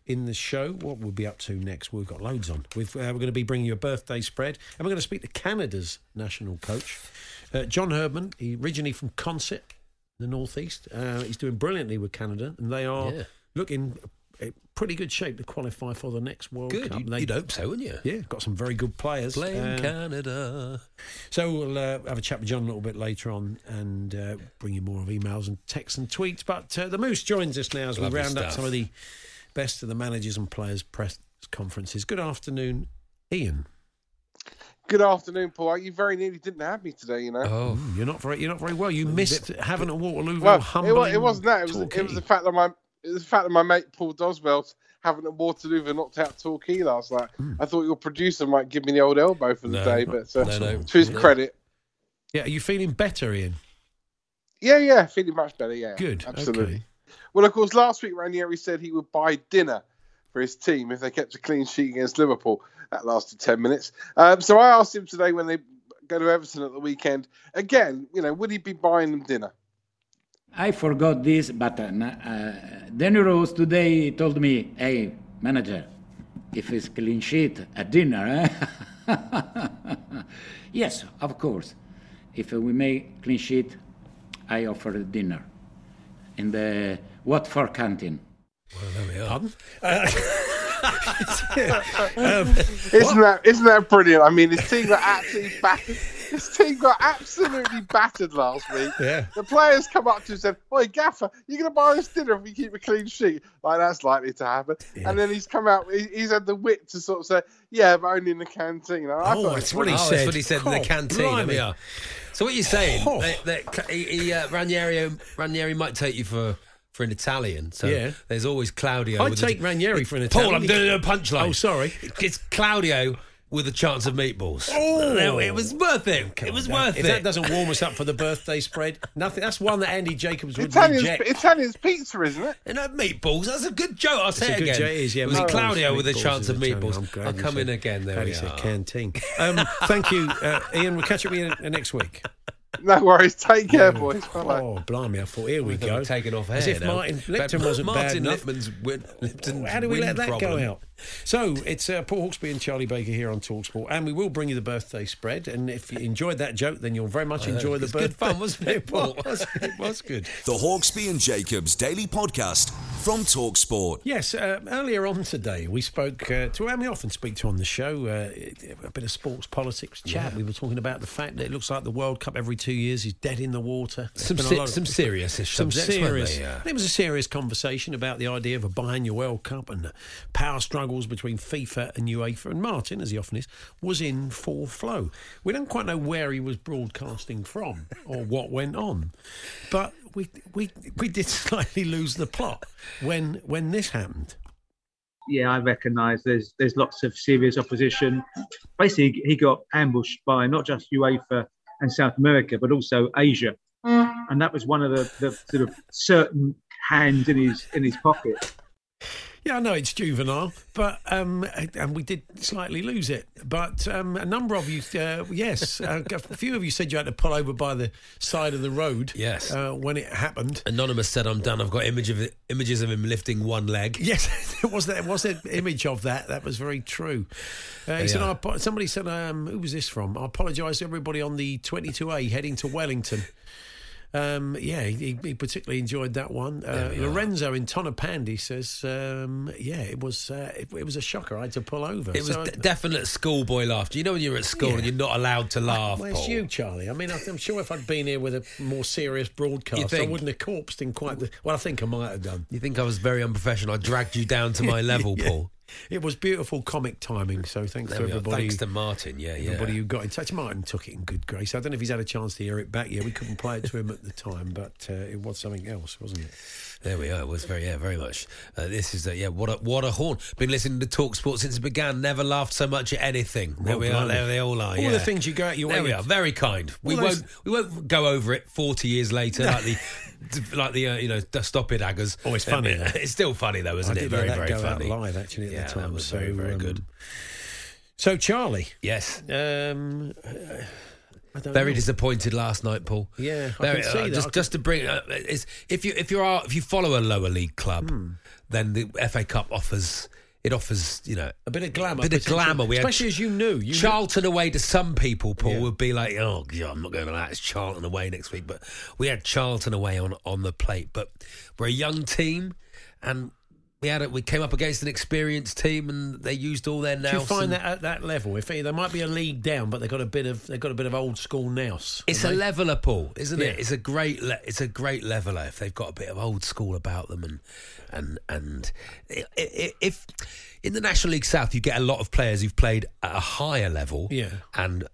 Speaker 3: in the show, what we'll be up to next. We've got loads on. We've, uh, we're going to be bringing you a birthday spread, and we're going to speak to Canada's national coach, uh, John Herdman. He originally from Consett, the northeast. Uh, he's doing brilliantly with Canada, and they are
Speaker 4: Yeah.
Speaker 3: looking in pretty good shape to qualify for the next World
Speaker 4: Good,
Speaker 3: Cup.
Speaker 4: you'd,
Speaker 3: They-
Speaker 4: you'd hope so, wouldn't you?
Speaker 3: yeah, got some very good players.
Speaker 4: Playing
Speaker 3: Um,
Speaker 4: Canada.
Speaker 3: so we'll uh, have a chat with John a little bit later on and uh, bring you more of emails and texts and tweets. But uh, the Moose joins us now as we
Speaker 4: Lovely
Speaker 3: round up
Speaker 4: stuff.
Speaker 3: some of the best of the managers and players press conferences. Good afternoon, Ian.
Speaker 8: Good afternoon, Paul. You very nearly didn't have me today, you know.
Speaker 4: Oh,
Speaker 3: You're not very, you're not very well. You missed having Uh, a Waterloo.
Speaker 8: well, it,
Speaker 3: humbling
Speaker 8: wa- it wasn't that. It was,
Speaker 3: Torquay.
Speaker 8: it was the fact that my it was the fact that my mate Paul Doswell's having a Waterloo and knocked out Torquay last night.
Speaker 3: Hmm.
Speaker 8: I thought your producer might give me the old elbow for the
Speaker 4: No,
Speaker 8: day, but uh,
Speaker 4: no, no,
Speaker 8: to his
Speaker 4: no.
Speaker 8: credit,
Speaker 3: Yeah, are you feeling better, Ian?
Speaker 8: yeah, yeah, feeling much better. Yeah,
Speaker 3: Good.
Speaker 8: absolutely.
Speaker 3: Okay.
Speaker 8: Well, of course, last week Ranieri said he would buy dinner for his team if they kept a clean sheet against Liverpool. That lasted 10 minutes. Um, so I asked him today when they go to Everton at the weekend, again, you know, would he be buying them dinner?
Speaker 5: I forgot this button. Uh, Danny Rose today told me, hey, manager, if it's clean sheet at dinner, eh? yes, of course. If we make clean sheet, I offer dinner in the Watford canteen.
Speaker 4: well, there we are.
Speaker 3: Pardon?
Speaker 4: Uh,
Speaker 3: Um,
Speaker 9: Um,
Speaker 8: Isn't that isn't that brilliant? I mean, his team got absolutely battered. His team got absolutely battered last week.
Speaker 3: Yeah.
Speaker 8: The players come up to him and said, "Oi, Gaffer, you're going to buy us dinner if we keep a clean sheet." Like that's likely to happen. And then he's come out. he- He's had the wit to sort of say, "Yeah, but only in the canteen." I
Speaker 3: Oh,
Speaker 8: thought
Speaker 3: it's
Speaker 8: it
Speaker 3: what he
Speaker 8: was-
Speaker 4: oh,
Speaker 3: said.
Speaker 4: That's what he said in
Speaker 3: God,
Speaker 4: the canteen. There
Speaker 3: blimey.
Speaker 4: we are. So what you're saying?
Speaker 3: Oh.
Speaker 4: That, that he, he, uh, Ranieri, Ranieri might take you for for an Italian. So
Speaker 3: Yeah.
Speaker 4: there's always Claudio.
Speaker 3: I
Speaker 4: with
Speaker 3: take
Speaker 4: a,
Speaker 3: Ranieri for an
Speaker 4: Paul,
Speaker 3: Italian.
Speaker 4: I'm doing a punchline.
Speaker 3: Oh, sorry.
Speaker 4: It's Claudio with a chance of meatballs.
Speaker 3: Oh.
Speaker 4: No, it was worth it. It was worth
Speaker 3: if
Speaker 4: it.
Speaker 3: that doesn't warm us up for the birthday spread, nothing. That's one that Andy Jacobs would
Speaker 8: Italian's
Speaker 3: reject.
Speaker 8: Italian's pizza, isn't it?
Speaker 4: and that meatballs, that's a good joke. I'll say
Speaker 3: It's a
Speaker 4: it
Speaker 3: good
Speaker 4: again.
Speaker 3: joke, it is, yeah,
Speaker 4: was
Speaker 3: meatballs,
Speaker 4: it Claudio with a
Speaker 3: meatballs
Speaker 4: chance of
Speaker 3: is Italian. I'm
Speaker 4: meatballs?
Speaker 3: glad
Speaker 4: I'll
Speaker 3: you
Speaker 4: come in
Speaker 3: said-
Speaker 4: again. There
Speaker 3: glad
Speaker 4: we
Speaker 3: you said
Speaker 4: are.
Speaker 3: canteen. Um, thank you, uh, Ian. We'll catch up with you next week.
Speaker 8: No worries. Take care, boys. Bye-bye.
Speaker 3: Oh, blimey! I thought here we
Speaker 4: We
Speaker 3: go.
Speaker 4: got taken off
Speaker 3: As
Speaker 4: air
Speaker 3: if
Speaker 4: now.
Speaker 3: Martin
Speaker 4: But
Speaker 3: Lipton wasn't
Speaker 4: Martin
Speaker 3: bad
Speaker 4: Lipton's win, Lipton's
Speaker 3: enough. How do we
Speaker 4: win
Speaker 3: let that
Speaker 4: problem.
Speaker 3: go out? So it's uh, Paul Hawksby and Charlie Baker here on Talksport, and we will bring you the birthday spread. And if you enjoyed that joke, then you'll very much
Speaker 4: I heard.
Speaker 3: enjoy
Speaker 4: It
Speaker 3: the
Speaker 4: was good
Speaker 3: birthday.
Speaker 4: fun, wasn't it, Paul?
Speaker 3: It was, it was good.
Speaker 2: The Hawksby and Jacobs Daily Podcast from Talksport.
Speaker 3: Yes, uh, earlier on today we spoke uh, to, and we often speak to on the show, uh, a bit of sports politics chat. We were talking about the fact that it looks like the World Cup every two years is dead in the water. There's
Speaker 4: Some
Speaker 3: been a
Speaker 4: se-
Speaker 3: lot of-
Speaker 4: some serious ish
Speaker 3: some
Speaker 4: subjects, weren't
Speaker 3: serious.
Speaker 4: they? Yeah.
Speaker 3: It was a serious conversation about the idea of a biannual World Cup and the power struggles between FIFA and UEFA. And Martin, as he often is, was in full flow. We don't quite know where he was broadcasting from or what went on, but we we we did slightly lose the plot when when this happened.
Speaker 7: yeah, I recognise there's there's lots of serious opposition. Basically, he got ambushed by not just UEFA and South America, but also Asia, and that was one of the, the sort of certain hands in his in his pocket.
Speaker 3: Yeah, I know it's juvenile, but um, and we did slightly lose it. But um, a number of you, uh, yes, a few of you said you had to pull over by the side of the road.
Speaker 4: Yes.
Speaker 3: uh, when it happened.
Speaker 4: Anonymous said, "I'm done. I've got image of it, images of him lifting one leg."
Speaker 3: Yes, there was that was an image of that. That was very true. Uh, he said,
Speaker 4: Yeah.
Speaker 3: I, apo- somebody said, um, who was this from? I apologise to everybody on the 22A heading to Wellington. Um, yeah, he, he particularly enjoyed that one. Uh, Lorenzo in Tonopandi says, um, yeah, it was uh, it, it was a shocker. I had to pull over.
Speaker 4: It was
Speaker 3: So-
Speaker 4: d- definite schoolboy laughter. You know when you're at school and
Speaker 3: Yeah.
Speaker 4: you're not allowed to laugh.
Speaker 3: Where's
Speaker 4: Paul?
Speaker 3: you, Charlie? I mean, I- I'm sure if I'd been here with a more serious broadcast, I
Speaker 4: think?
Speaker 3: wouldn't have corpsed in quite the. Well, I think I might have done.
Speaker 4: You think I was very unprofessional? I dragged you down to my level,
Speaker 3: Yeah.
Speaker 4: Paul.
Speaker 3: It was beautiful comic timing. So thanks
Speaker 4: There
Speaker 3: to
Speaker 4: we are.
Speaker 3: everybody.
Speaker 4: Thanks to Martin. Yeah, yeah.
Speaker 3: Everybody who got in touch, Martin took it in good grace. I don't know if he's had a chance to hear it back yet. We couldn't play it to him at the time, but uh, it was something else, wasn't it?
Speaker 4: There we are. It was very, yeah, very much. Uh, this is, uh, yeah, what a what a horn. Been listening to Talk Sport since it began. Never laughed so much at anything. There
Speaker 3: Well,
Speaker 4: we are.
Speaker 3: blimey.
Speaker 4: There they all are.
Speaker 3: All
Speaker 4: yeah.
Speaker 3: the things you go out your
Speaker 4: There
Speaker 3: way
Speaker 4: we
Speaker 3: to-
Speaker 4: are. Very kind. We
Speaker 3: All those-
Speaker 4: won't we won't go over it forty years later like the like the uh, you know the stop it aggers.
Speaker 3: Oh, it's funny, though.
Speaker 4: it's still funny though, isn't
Speaker 3: I
Speaker 4: it?
Speaker 3: did
Speaker 4: Very
Speaker 3: hear
Speaker 4: very
Speaker 3: that go
Speaker 4: funny.
Speaker 3: out live actually at
Speaker 4: Yeah,
Speaker 3: the
Speaker 4: that
Speaker 3: time.
Speaker 4: was
Speaker 3: so
Speaker 4: very, very
Speaker 3: um,
Speaker 4: good.
Speaker 3: So Charlie,
Speaker 4: Yes.
Speaker 3: um, I don't
Speaker 4: Very
Speaker 3: know.
Speaker 4: disappointed last night, Paul.
Speaker 3: Yeah, I
Speaker 4: Very-
Speaker 3: can see
Speaker 4: uh,
Speaker 3: that.
Speaker 4: Just,
Speaker 3: I can-
Speaker 4: just to bring uh, it's, if you if you are if you follow a lower league club,
Speaker 3: Hmm.
Speaker 4: then the FA Cup offers it offers you know
Speaker 3: a bit of glamour,
Speaker 4: bit of
Speaker 3: potentially.
Speaker 4: glamour. We had
Speaker 3: especially as you knew, you knew-
Speaker 4: Charlton away to some people, Paul,
Speaker 3: Yeah.
Speaker 4: would be like, oh, yeah, I'm not going to that. It's Charlton away next week. But we had Charlton away on, on the plate. But we're a young team and we had a, we came up against an experienced team and they used all their
Speaker 3: Do
Speaker 4: nous.
Speaker 3: you find
Speaker 4: and-
Speaker 3: that uh, at that level? If they might be a league down, but they've got a bit of they've got a bit of old school nous.
Speaker 4: It's a
Speaker 3: haven't they?
Speaker 4: leveler, Paul, isn't it?
Speaker 3: Yeah.
Speaker 4: It's a great, le- it's a great leveler. If they've got a bit of old school about them, and and and i- i- if in the National League South you get a lot of players who've played at a higher level,
Speaker 3: Yeah.
Speaker 4: and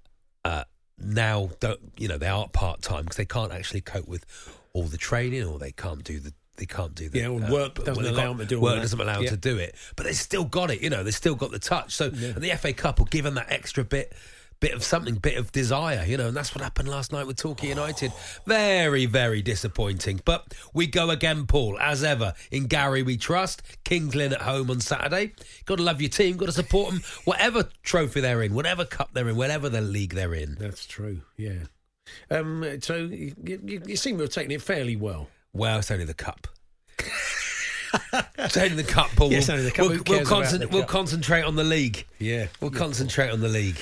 Speaker 4: uh, now don't you know they aren't part time because they can't actually cope with all the training or they can't do the. They can't do that.
Speaker 3: Yeah, well, work doesn't allow them to do all
Speaker 4: Work
Speaker 3: that.
Speaker 4: doesn't allow them
Speaker 3: Yeah.
Speaker 4: to do it, but they still got it. You know, they still got the touch. So and the FA Cup will give them that extra bit, bit of something, bit of desire. You know, and that's what happened last night with Torquay United. Very, very disappointing. But we go again, Paul, as ever. In Gary, we trust. Kings Lynn at home on Saturday. Got to love your team. Got to support them, whatever trophy they're in, whatever cup they're in, whatever the league they're in.
Speaker 3: That's true. Yeah. Um, so you, you, you seem to have taken it fairly well.
Speaker 4: Well, it's only the cup. it's only the cup, Paul.
Speaker 3: Yeah, it's only the cup.
Speaker 4: We'll,
Speaker 3: Who
Speaker 4: we'll
Speaker 3: cares about
Speaker 4: concent-
Speaker 3: the
Speaker 4: we'll
Speaker 3: cup?
Speaker 4: concentrate on the league.
Speaker 3: Yeah.
Speaker 4: We'll concentrate on the league.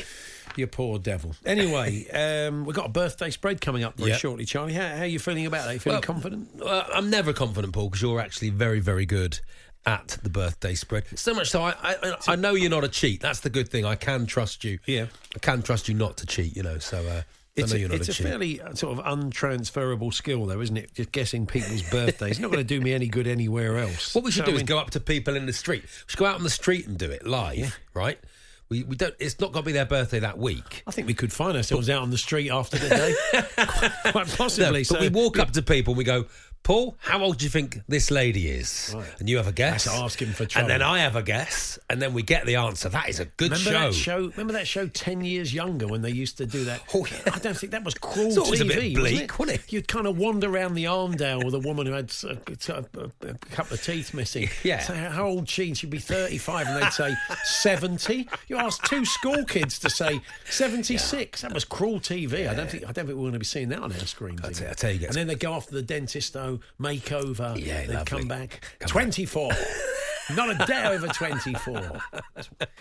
Speaker 3: You poor devil. Anyway, um, we've got a birthday spread coming up very
Speaker 4: Yep.
Speaker 3: shortly, Charlie. How, how are you feeling about that? You feeling
Speaker 4: Well,
Speaker 3: confident?
Speaker 4: Well, I'm never confident, Paul, because you're actually very, very good at the birthday spread. So much so, I, I, I know you're not a cheat. That's the good thing. I can trust you.
Speaker 3: Yeah.
Speaker 4: I can trust you not to cheat. You know, so uh, I
Speaker 3: It's,
Speaker 4: know
Speaker 3: a,
Speaker 4: you're not
Speaker 3: it's
Speaker 4: a,
Speaker 3: a
Speaker 4: cheat.
Speaker 3: fairly uh, sort of untransferable skill, though, isn't it? Just guessing people's birthdays. It's not going to do me any good anywhere else.
Speaker 4: What we should
Speaker 3: So,
Speaker 4: do
Speaker 3: I
Speaker 4: is
Speaker 3: mean,
Speaker 4: go up to people in the street. We should go out on the street and do it live, right? We, we don't. It's not going to be their birthday that week.
Speaker 3: I think we could find ourselves out on the street after the day. Quite
Speaker 4: No,
Speaker 3: possibly.
Speaker 4: but
Speaker 3: so
Speaker 4: we walk up to people and we go, Paul, how old do you think this lady is? And you have a guess.
Speaker 3: That's asking for
Speaker 4: And then
Speaker 3: trouble.
Speaker 4: I have a guess, and then we get the answer. That is a good
Speaker 3: remember
Speaker 4: show.
Speaker 3: That show. Remember that show 10 years younger when they used to do that? Oh, yeah. I don't think that was cruel
Speaker 4: It's always a
Speaker 3: TV.
Speaker 4: bit
Speaker 3: wasn't
Speaker 4: bleak,
Speaker 3: it? You'd kind of wander around the Armdale with a woman who had uh, a, a, a couple of teeth missing.
Speaker 4: Yeah.
Speaker 3: Say, how old she? is?" She'd be 35, and they'd say 70. You asked two school kids to say 76. That was cruel TV. I don't think I don't think we're going to be seeing that on our screens.
Speaker 4: I
Speaker 3: again.
Speaker 4: tell- I tell you,
Speaker 3: and then they go after the dentist, though, makeover.
Speaker 4: Yeah,
Speaker 3: They'd
Speaker 4: lovely.
Speaker 3: come back. 24. Not a day over 24.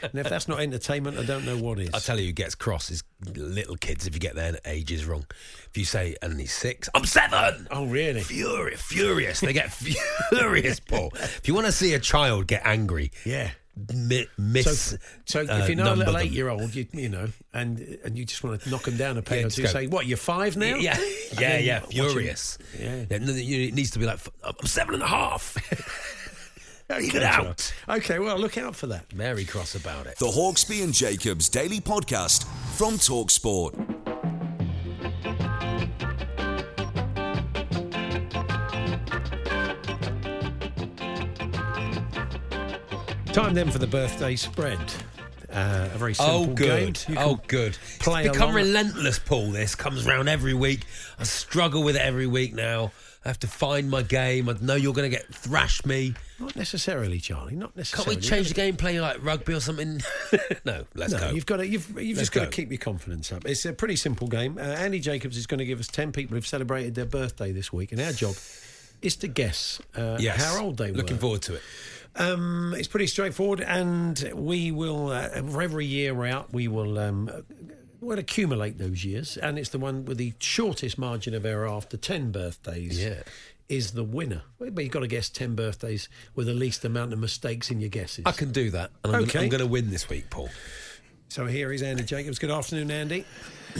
Speaker 3: And if that's not entertainment, I don't know what is.
Speaker 4: I tell you, who gets cross is little kids if you get their ages wrong. If you say only six, I'm seven.
Speaker 3: Oh, really?
Speaker 4: Furious, furious. They get furious, Paul. If you want to see a child get angry,
Speaker 3: Yeah.
Speaker 4: mi- miss.
Speaker 3: So, so
Speaker 4: uh,
Speaker 3: if you know a
Speaker 4: number
Speaker 3: little
Speaker 4: them.
Speaker 3: eight-year-old, you, you know, and and you just want to knock them down a peg
Speaker 4: Yeah,
Speaker 3: or
Speaker 4: just
Speaker 3: two,
Speaker 4: go-
Speaker 3: say, "What? You're five now?"
Speaker 4: Yeah,
Speaker 3: And
Speaker 4: yeah,
Speaker 3: then
Speaker 4: yeah.
Speaker 3: watch 'em-
Speaker 4: Furious.
Speaker 3: Yeah.
Speaker 4: Yeah, no, you- It needs to be like, I'm seven and a half. Get
Speaker 3: Okay,
Speaker 4: out.
Speaker 3: Okay, well, look out for that.
Speaker 4: Mary Cross about it.
Speaker 2: The Hawksby and Jacobs Daily Podcast from Talksport.
Speaker 3: Time then for the birthday spread. Uh, a very simple
Speaker 4: Oh,
Speaker 3: game.
Speaker 4: good.
Speaker 3: You can
Speaker 4: Oh, good.
Speaker 3: play
Speaker 4: it's become
Speaker 3: along.
Speaker 4: relentless, Paul. This comes round every week. I struggle with it every week now. I have to find my game. I know you're going to get thrash me.
Speaker 3: Not necessarily, Charlie. Not
Speaker 4: Can't
Speaker 3: necessarily.
Speaker 4: we change the game, play like rugby or something? no, let's
Speaker 3: no,
Speaker 4: go.
Speaker 3: you've got to, you've, you've
Speaker 4: Let's
Speaker 3: just got
Speaker 4: go.
Speaker 3: to keep your confidence up. It's a pretty simple game. Uh, Andy Jacobs is going to give us 10 people who've celebrated their birthday this week, and our job is to guess uh,
Speaker 4: Yes.
Speaker 3: how old they were.
Speaker 4: Looking forward to it.
Speaker 3: Um, it's pretty straightforward, and we will, uh, for every year we're out, we will. Um, We'll accumulate those years, and it's the one with the shortest margin of error after 10 birthdays
Speaker 4: Yeah.
Speaker 3: is the winner. But you've got to guess 10 birthdays with the least amount of mistakes in your guesses.
Speaker 4: I can do that. And I'm
Speaker 3: Okay.
Speaker 4: going to win this week, Paul.
Speaker 3: So here is Andy Jacobs. Good afternoon, Andy.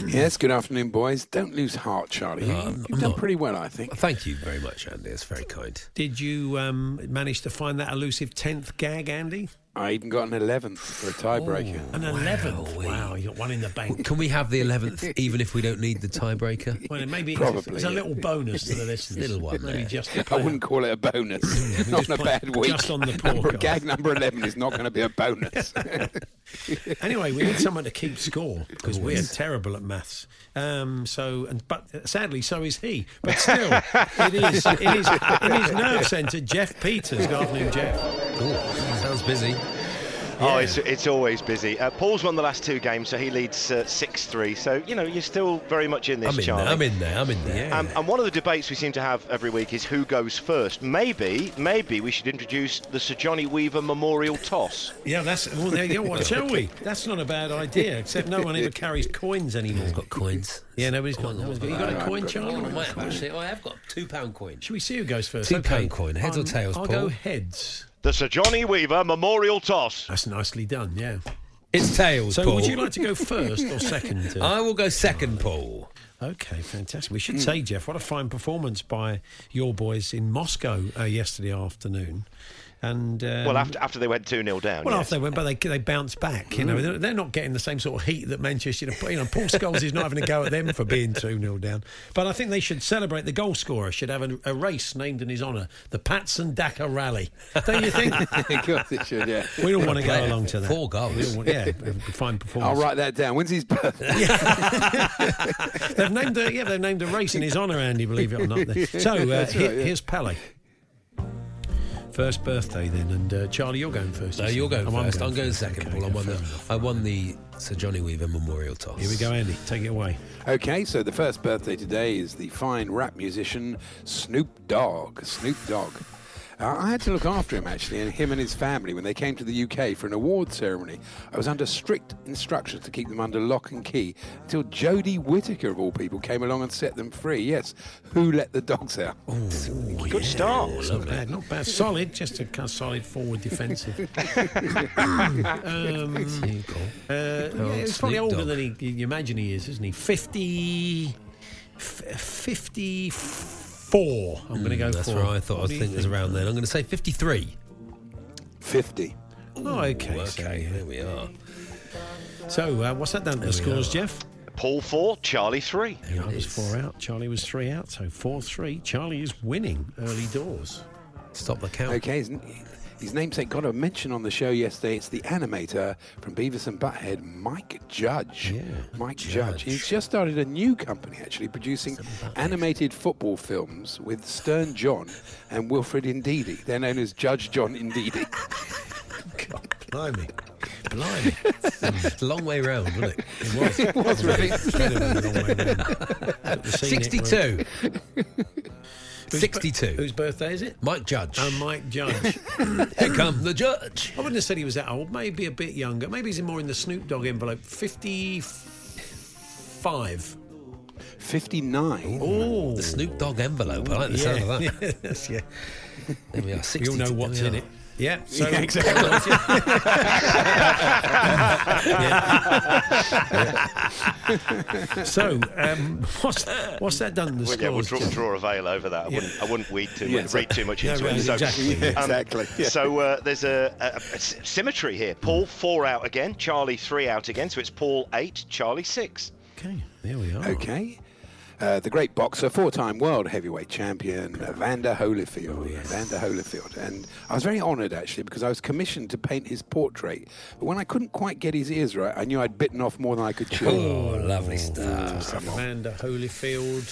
Speaker 9: Yes, good afternoon, boys. Don't lose heart, Charlie.
Speaker 4: No, I'm-
Speaker 9: You've
Speaker 4: Um, Uh, I'm
Speaker 9: done
Speaker 4: not.
Speaker 9: pretty well, I think.
Speaker 4: Thank you very much, Andy. It's very kind.
Speaker 3: Did you um, manage to find that elusive 10th gag, Andy?
Speaker 9: I even got an 11th for a tiebreaker.
Speaker 4: Oh,
Speaker 3: An 11th. Wow, you got one in the bank.
Speaker 4: Can we have the 11th, even if we don't need the tiebreaker?
Speaker 3: Well, then maybe it's,
Speaker 9: Probably,
Speaker 3: it's a
Speaker 9: yeah.
Speaker 3: little bonus to the listeners.
Speaker 4: Little one
Speaker 3: Maybe
Speaker 4: there.
Speaker 3: just the
Speaker 9: I
Speaker 3: player.
Speaker 9: wouldn't call it a bonus. not
Speaker 3: just
Speaker 9: a
Speaker 3: play-
Speaker 9: bad week.
Speaker 3: just on the
Speaker 9: number,
Speaker 3: podcast.
Speaker 9: gag number 11 is not going to be a bonus.
Speaker 3: Anyway, we need someone to keep score because we're terrible at maths. Um, so, and, but sadly, so is he. But still, it is it is in his nerve centre. Jeff Peters. Good afternoon, Jeff.
Speaker 4: Oh, sounds busy.
Speaker 10: Oh, it's, it's always busy. Uh, Paul's won the last two games, so he leads uh, six three. So you know you're still very much in this,
Speaker 4: I'm in there.
Speaker 10: Charlie.
Speaker 4: I'm in there. I'm in there.
Speaker 10: Um, and one of the debates we seem to have every week is who goes first. Maybe, maybe we should introduce the Sir Johnny Weaver Memorial Toss.
Speaker 3: Yeah, that's well. There you go. What shall we? That's not a bad idea. Except no one ever carries coins anymore.
Speaker 4: Got coins.
Speaker 3: Yeah, nobody's got. No one's got. You got a coin, Charlie?
Speaker 4: I might have actually. I have got a two pound coin.
Speaker 3: Should we see who goes first? Um,
Speaker 4: Two pound coin, heads or tails,
Speaker 3: I'll
Speaker 4: Paul?
Speaker 3: go heads.
Speaker 10: The Sir Johnny Weaver Memorial Toss.
Speaker 3: That's nicely done, yeah.
Speaker 4: It's tails,
Speaker 3: So
Speaker 4: Paul.
Speaker 3: would you like to go first or second? uh,
Speaker 4: I will go second, Paul.
Speaker 3: okay, fantastic. We should say, Jeff, what a fine performance by your boys in Moscow uh, yesterday afternoon. And um,
Speaker 10: well, after after they went two 0
Speaker 9: Oh,
Speaker 10: down.
Speaker 3: Well,
Speaker 10: yes.
Speaker 3: after they went, but they they bounce back. You
Speaker 9: Mm-hmm.
Speaker 3: know, they're, they're not getting the same sort of heat that Manchester. You know, Paul Scholes is not having a go at them for being two 0 down. But I think they should celebrate. The goal scorer should have a, a race named in his honour, the Patson Daka Rally. Don't you think?
Speaker 9: of course it should, yeah.
Speaker 3: we don't want to go
Speaker 4: Player.
Speaker 3: along to that.
Speaker 4: Four goals.
Speaker 3: We don't want- yeah, a fine
Speaker 9: I'll
Speaker 3: performance.
Speaker 9: write that down. When's his birthday?
Speaker 3: They've named a, yeah, they've named a race in his honour, Andy. Believe it or not. So uh,
Speaker 9: That's
Speaker 3: here-
Speaker 9: right, yeah.
Speaker 3: here's Pele. First birthday then, and uh, Charlie, you're going first.
Speaker 4: No,
Speaker 3: isn't
Speaker 4: you're
Speaker 3: it?
Speaker 4: going
Speaker 3: Oh,
Speaker 4: first. I'm going
Speaker 3: first.
Speaker 4: second,
Speaker 3: Okay,
Speaker 4: Paul. I
Speaker 3: go
Speaker 4: won,
Speaker 3: first.
Speaker 4: the, I won the Sir Johnny Weaver Memorial Toss.
Speaker 3: Here we go, Andy. Take it away.
Speaker 9: Okay, so the first birthday today is the fine rap musician Snoop Dogg. Snoop Dogg. Uh, I had to look after him actually, and him and his family when they came to the UK for an award ceremony. I was under strict instructions to keep them under lock and key until Jodie Whittaker, of all people, came along and set them free. Yes, who let the dogs out?
Speaker 10: Good start.
Speaker 3: Not bad, not bad. Solid, just a kind of solid forward defensive. um, uh, yeah, he's probably
Speaker 4: Snoop
Speaker 3: older
Speaker 4: Dogg.
Speaker 3: than he, you imagine he is, isn't he? 50, f- 54. I'm going to go
Speaker 4: That's
Speaker 3: for.
Speaker 4: where I thought. I
Speaker 3: What do you
Speaker 4: think it was around then. I'm going to say 53.
Speaker 9: 50.
Speaker 3: Oh, okay.
Speaker 4: Okay,
Speaker 3: So,
Speaker 4: there we are.
Speaker 3: so uh, what's that down to the
Speaker 4: we
Speaker 3: scores,
Speaker 4: are.
Speaker 3: Jeff?
Speaker 10: Paul four, Charlie three.
Speaker 3: I was four out. Charlie was three out. So four three. Charlie is winning early doors. Stop the count.
Speaker 9: Okay, his, his namesake got a mention on the show yesterday. It's the animator from Beavis and Butthead, Mike Judge. Yeah, Mike Judge. He's just started a new company, actually, producing animated football films with Stern John and Wilfred Indeedy. They're known as Judge John Indeedy.
Speaker 4: Blimey. Blimey. it's a long way round, wasn't it? It was.
Speaker 9: It was, really.
Speaker 4: incredibly long way round.
Speaker 3: The scenic
Speaker 4: 62.
Speaker 3: Whose
Speaker 4: 62.
Speaker 3: bir- whose birthday is it?
Speaker 4: Mike Judge.
Speaker 3: Oh, Mike Judge.
Speaker 4: Here come the judge.
Speaker 3: I wouldn't have said he was that old. Maybe a bit younger. Maybe he's more in the Snoop Dogg envelope. 55.
Speaker 9: 59.
Speaker 4: Oh. The Snoop Dogg envelope. I like the sound of that.
Speaker 3: Yes, yeah.
Speaker 4: There we are.
Speaker 3: We
Speaker 4: 62.
Speaker 3: all know what's
Speaker 4: There
Speaker 3: in
Speaker 4: we
Speaker 3: it.
Speaker 4: are.
Speaker 3: Yeah, so
Speaker 4: Yeah, exactly.
Speaker 3: Yeah. So, um, what's what's that done? The
Speaker 10: Well, yeah, we'll
Speaker 3: scores,
Speaker 10: draw,
Speaker 3: John?
Speaker 10: draw a veil over that. I wouldn't, I wouldn't weed too
Speaker 3: Yeah,
Speaker 10: much, read too much
Speaker 3: No,
Speaker 10: into
Speaker 3: right,
Speaker 10: it. So, um,
Speaker 3: exactly. Yeah,
Speaker 9: exactly, yeah.
Speaker 10: So uh, there's a, a- a s- symmetry here. Paul four out again, Charlie three out again. So it's Paul eight, Charlie six.
Speaker 3: There we are.
Speaker 9: Okay. Uh, the great boxer, four-time world heavyweight champion, Evander Holyfield. Evander Holyfield, and I was very honoured actually because I was commissioned to paint his portrait. But when I couldn't quite get his ears right, I knew I'd bitten off more than I could chew.
Speaker 4: Oh, lovely stuff.
Speaker 3: Amanda Holyfield.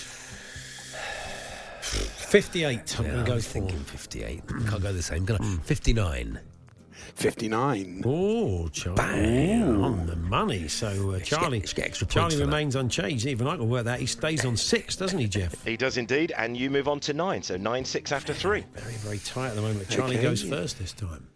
Speaker 3: 58. I'm
Speaker 4: Yeah,
Speaker 3: going to
Speaker 4: I
Speaker 3: go
Speaker 4: was thinking 58. Can't go the same, can I? 59.
Speaker 9: 59.
Speaker 3: Oh, Charlie.
Speaker 4: Oh.
Speaker 3: On the money. So, uh, Charlie, Charlie
Speaker 10: points for that.
Speaker 3: remains unchanged. Even I can work that. He stays on six, doesn't he, Jeff?
Speaker 10: He does indeed, and you move on to nine. So nine six after three.
Speaker 3: Very, very tight at the moment. Charlie
Speaker 9: Okay.
Speaker 3: goes first this time.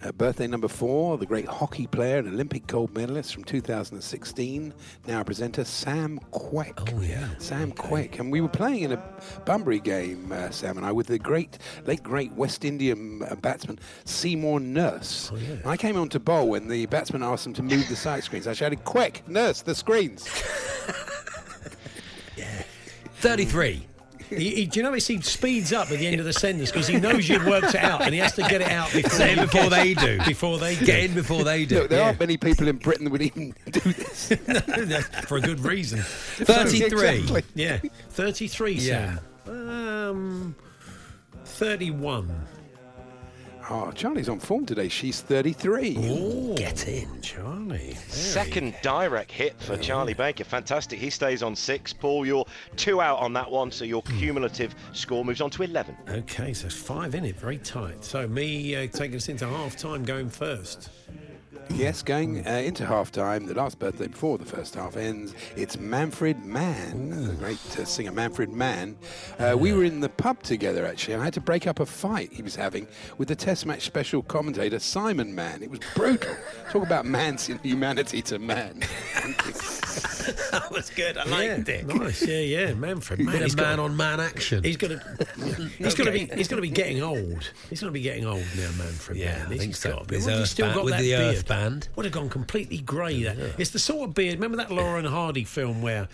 Speaker 9: Uh, birthday number four, the great hockey player and Olympic gold medalist from 2016, now a presenter, Sam Queck. Oh, yeah. Sam Queck. And we were playing in a Bunbury game, uh, Sam and I, with the great, late great West Indian uh, batsman, Seymour Nurse. Oh, yeah. I came on to bowl when the batsman asked him to move the side screens. I shouted, Queck, Nurse, the screens.
Speaker 4: 33.
Speaker 3: He, he, do you notice he speeds up at the end of the sentence because he knows you've worked it out and he has to get it out before,
Speaker 4: Say it
Speaker 3: you
Speaker 4: before
Speaker 3: get-
Speaker 4: they do.
Speaker 3: Before they
Speaker 4: Get in before they do.
Speaker 9: Look, there aren't many people in Britain that would even do this.
Speaker 3: for a good reason.
Speaker 4: 33.
Speaker 9: Exactly.
Speaker 3: Yeah, 33,
Speaker 4: Yeah.
Speaker 3: Sam. Um, 31.
Speaker 9: Oh, Charlie's on form today. She's 33.
Speaker 4: Get in.
Speaker 3: Charlie.
Speaker 10: Second direct hit for Charlie Baker. Fantastic. He stays on six. Paul, you're two out on that one, so your
Speaker 3: Hmm.
Speaker 10: cumulative score moves on to 11.
Speaker 3: Okay, so five in it, very tight. So me uh, taking us into half time, going first.
Speaker 9: Yes, going uh, into half time, the last birthday before the first half ends, it's Manfred Mann, the great uh, singer Manfred Mann. Uh, we were in the pub together actually, and I had to break up a fight he was having with the Test match special commentator Simon Mann. It was brutal. Talk about man's inhumanity to man.
Speaker 4: That was good. I
Speaker 3: yeah, Nice, yeah, yeah. Manfred, man,
Speaker 4: Bit
Speaker 3: he's
Speaker 4: of
Speaker 3: got-
Speaker 4: man on man action.
Speaker 3: He's gonna, he's gonna be, he's gonna be getting old. He's gonna be getting old now, Manfred.
Speaker 4: Yeah,
Speaker 3: man.
Speaker 4: I
Speaker 3: He's
Speaker 4: think so.
Speaker 3: got to be.
Speaker 4: His
Speaker 3: Well, he's
Speaker 4: Earth
Speaker 3: still
Speaker 4: Band-
Speaker 3: got
Speaker 4: with
Speaker 3: that
Speaker 4: the
Speaker 3: beard.
Speaker 4: Earth Band.
Speaker 3: Would have gone completely grey. That it's the sort of beard. Remember that Laura and Hardy film where, uh,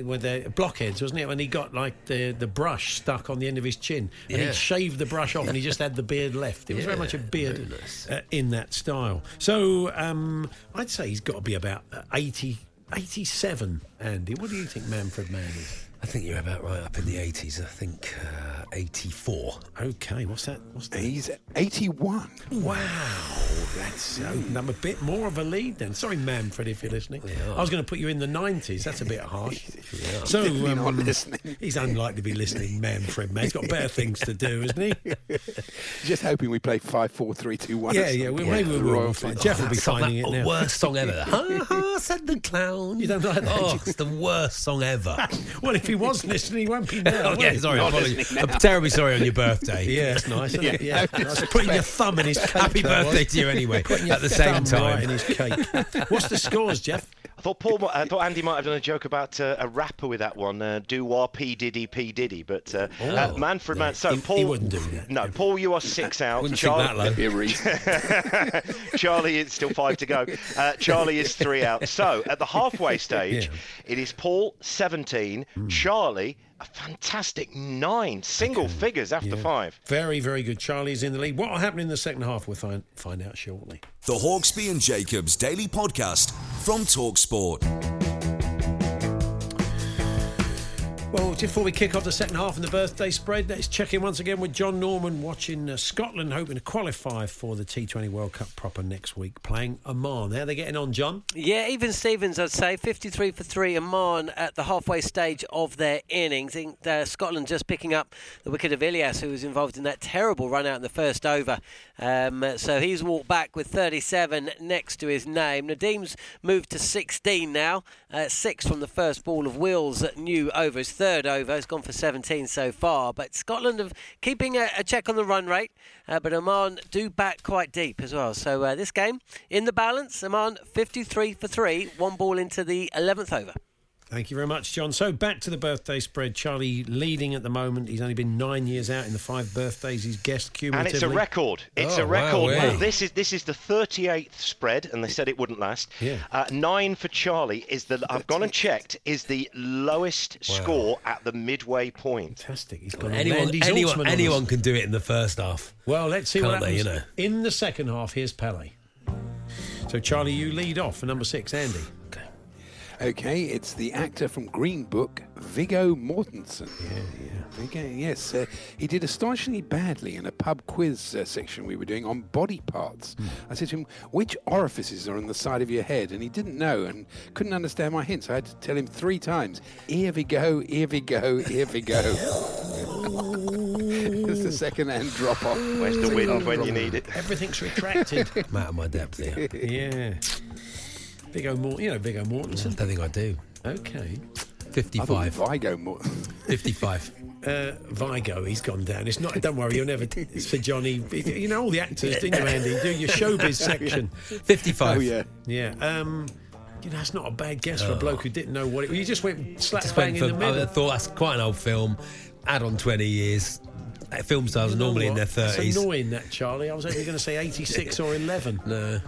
Speaker 3: where the blockheads wasn't it? When he got like the the brush stuck on the end of his chin, and
Speaker 4: Yeah.
Speaker 3: he shaved the brush off, and he just had the beard left. It was very much a beard uh, in that style. So um, I'd say he's got to be about uh, 80, 87, Andy. What do you think, Manfred Mann is?
Speaker 4: I think you're about right up in the 80s. I think uh, 84.
Speaker 3: Okay, what's that? What's that?
Speaker 9: He's 81.
Speaker 3: Wow, that's uh, I'm a bit more of a lead then. Sorry, Manfred, if you're listening. I was going to put you in the 90s. That's a bit harsh. So
Speaker 9: Definitely not
Speaker 3: um,
Speaker 9: listening.
Speaker 3: he's unlikely to be listening, Manfred. Man, he's got better things to do, isn't he?
Speaker 9: Just hoping we play five, four, three, two, one.
Speaker 3: Yeah, yeah. We, maybe we'll, we'll find. Jeff will be
Speaker 4: That's not
Speaker 3: finding
Speaker 4: that
Speaker 3: it now.
Speaker 4: Worst song ever. ha ha! Said the clown.
Speaker 3: You don't like that, do
Speaker 4: Oh,
Speaker 3: you?
Speaker 4: it's the worst song ever.
Speaker 3: Well, if he was listening, he won't be now.
Speaker 4: oh
Speaker 3: will
Speaker 4: yeah,
Speaker 3: he?
Speaker 4: sorry. apologies. I'm terribly sorry on your birthday.
Speaker 3: Yeah, that's nice. Isn't it? Yeah, nice. putting your thumb in his cake.
Speaker 4: Happy
Speaker 3: that was.
Speaker 4: birthday to you anyway.
Speaker 3: Putting your
Speaker 4: At the same
Speaker 3: thumb right in
Speaker 4: time.
Speaker 3: his cake. What's the scores, Jeff?
Speaker 10: I thought Paul, mi- I thought Andy might have done a joke about uh, a rapper with that one, uh, "Do wah p diddy p diddy," but uh, uh, Manfred Man. So
Speaker 3: Oh. he- he
Speaker 10: Paul
Speaker 3: wouldn't do that.
Speaker 10: No, Paul, you are six out.
Speaker 4: Wouldn't think
Speaker 10: Charlie,
Speaker 4: that low.
Speaker 10: Charlie is still five to go. Uh, Charlie is three out. So at the halfway stage, it is Paul seventeen,
Speaker 3: Mm.
Speaker 10: Charlie a fantastic nine, single figures after five.
Speaker 3: Very, very good. Charlie's in the lead. What will happen in the second half? We'll find find out shortly.
Speaker 2: The Hawksby and Jacobs Daily Podcast from Talksport.
Speaker 3: Well, just before we kick off the second half and the birthday spread, let's check in once again with John Norman watching uh, Scotland, hoping to qualify for the T20 World Cup proper next week, playing Oman. How are they getting on, John?
Speaker 11: Yeah, even Stevens, I'd say 53 for three. Amman at the halfway stage of their innings. In- uh, Scotland just picking up the wicket of Ilias, who was involved in that terrible run out in the first over. Um, uh, so he's walked back with 37 next to his name. Nadim's moved to 16 now, uh, six from the first ball of Wills at new over his third over. He's gone for 17 so far, but Scotland have keeping a, a check on the run rate. Uh, but Oman do back quite deep as well. So uh, this game in the balance, Oman 53 for three, one ball into the 11th over.
Speaker 3: Thank you very much, John. So back to the birthday spread. Charlie leading at the moment. He's only been nine years out in the five birthdays he's guessed
Speaker 10: And
Speaker 3: cumulatively.
Speaker 10: it's a record. It's
Speaker 3: Oh,
Speaker 10: a record.
Speaker 3: wow,
Speaker 10: Well, this is this is the 38th spread, and they said it wouldn't last.
Speaker 3: Yeah.
Speaker 10: Uh, nine for Charlie is the. I've gone and checked. Is the lowest score at the midway point.
Speaker 3: Fantastic. He's
Speaker 10: got
Speaker 4: Anyone, anyone, anyone can do it in the first half.
Speaker 3: Well, let's see what
Speaker 4: Can't
Speaker 3: happens
Speaker 4: they, you know?
Speaker 3: in the second half. Here's Pele. So Charlie, you lead off for number six, Andy.
Speaker 9: Okay, it's the actor from Green Book, Viggo Mortensen. Yeah, yeah. Viggo, yes. Uh, he did astonishingly badly in a pub quiz uh, section we were doing on body parts. I said to him, which orifices are on the side of your head? And he didn't know and couldn't understand my hints. I had to tell him three times, here we go, here we go, here we go. it's the second hand drop off.
Speaker 10: Where's the wind when you need it?
Speaker 3: Everything's retracted.
Speaker 4: I'm out of my depth here.
Speaker 3: yeah. Big O Mort, you know Big O Mortensen.
Speaker 4: I don't think I do.
Speaker 3: Okay.
Speaker 4: 55.
Speaker 9: Vigo more.
Speaker 4: 55.
Speaker 3: Uh, Vigo, he's gone down. It's not. Don't worry, you'll never. It's for Johnny. You know all the actors, didn't you, Andy? Do your showbiz section.
Speaker 4: Yeah. 55.
Speaker 3: Oh, yeah. Yeah. Um, you know, that's not a bad guess for a bloke who didn't know what it. You just went slap
Speaker 4: Oh. Just
Speaker 3: bang
Speaker 4: went
Speaker 3: in the
Speaker 4: for- I
Speaker 3: middle.
Speaker 4: thought that's quite an old film. Add on 20 years. Uh, Film stars are
Speaker 3: You know
Speaker 4: normally in their
Speaker 3: what?
Speaker 4: 30s.
Speaker 3: It's annoying that Charlie. I was only going to say 86 or 11.
Speaker 4: No.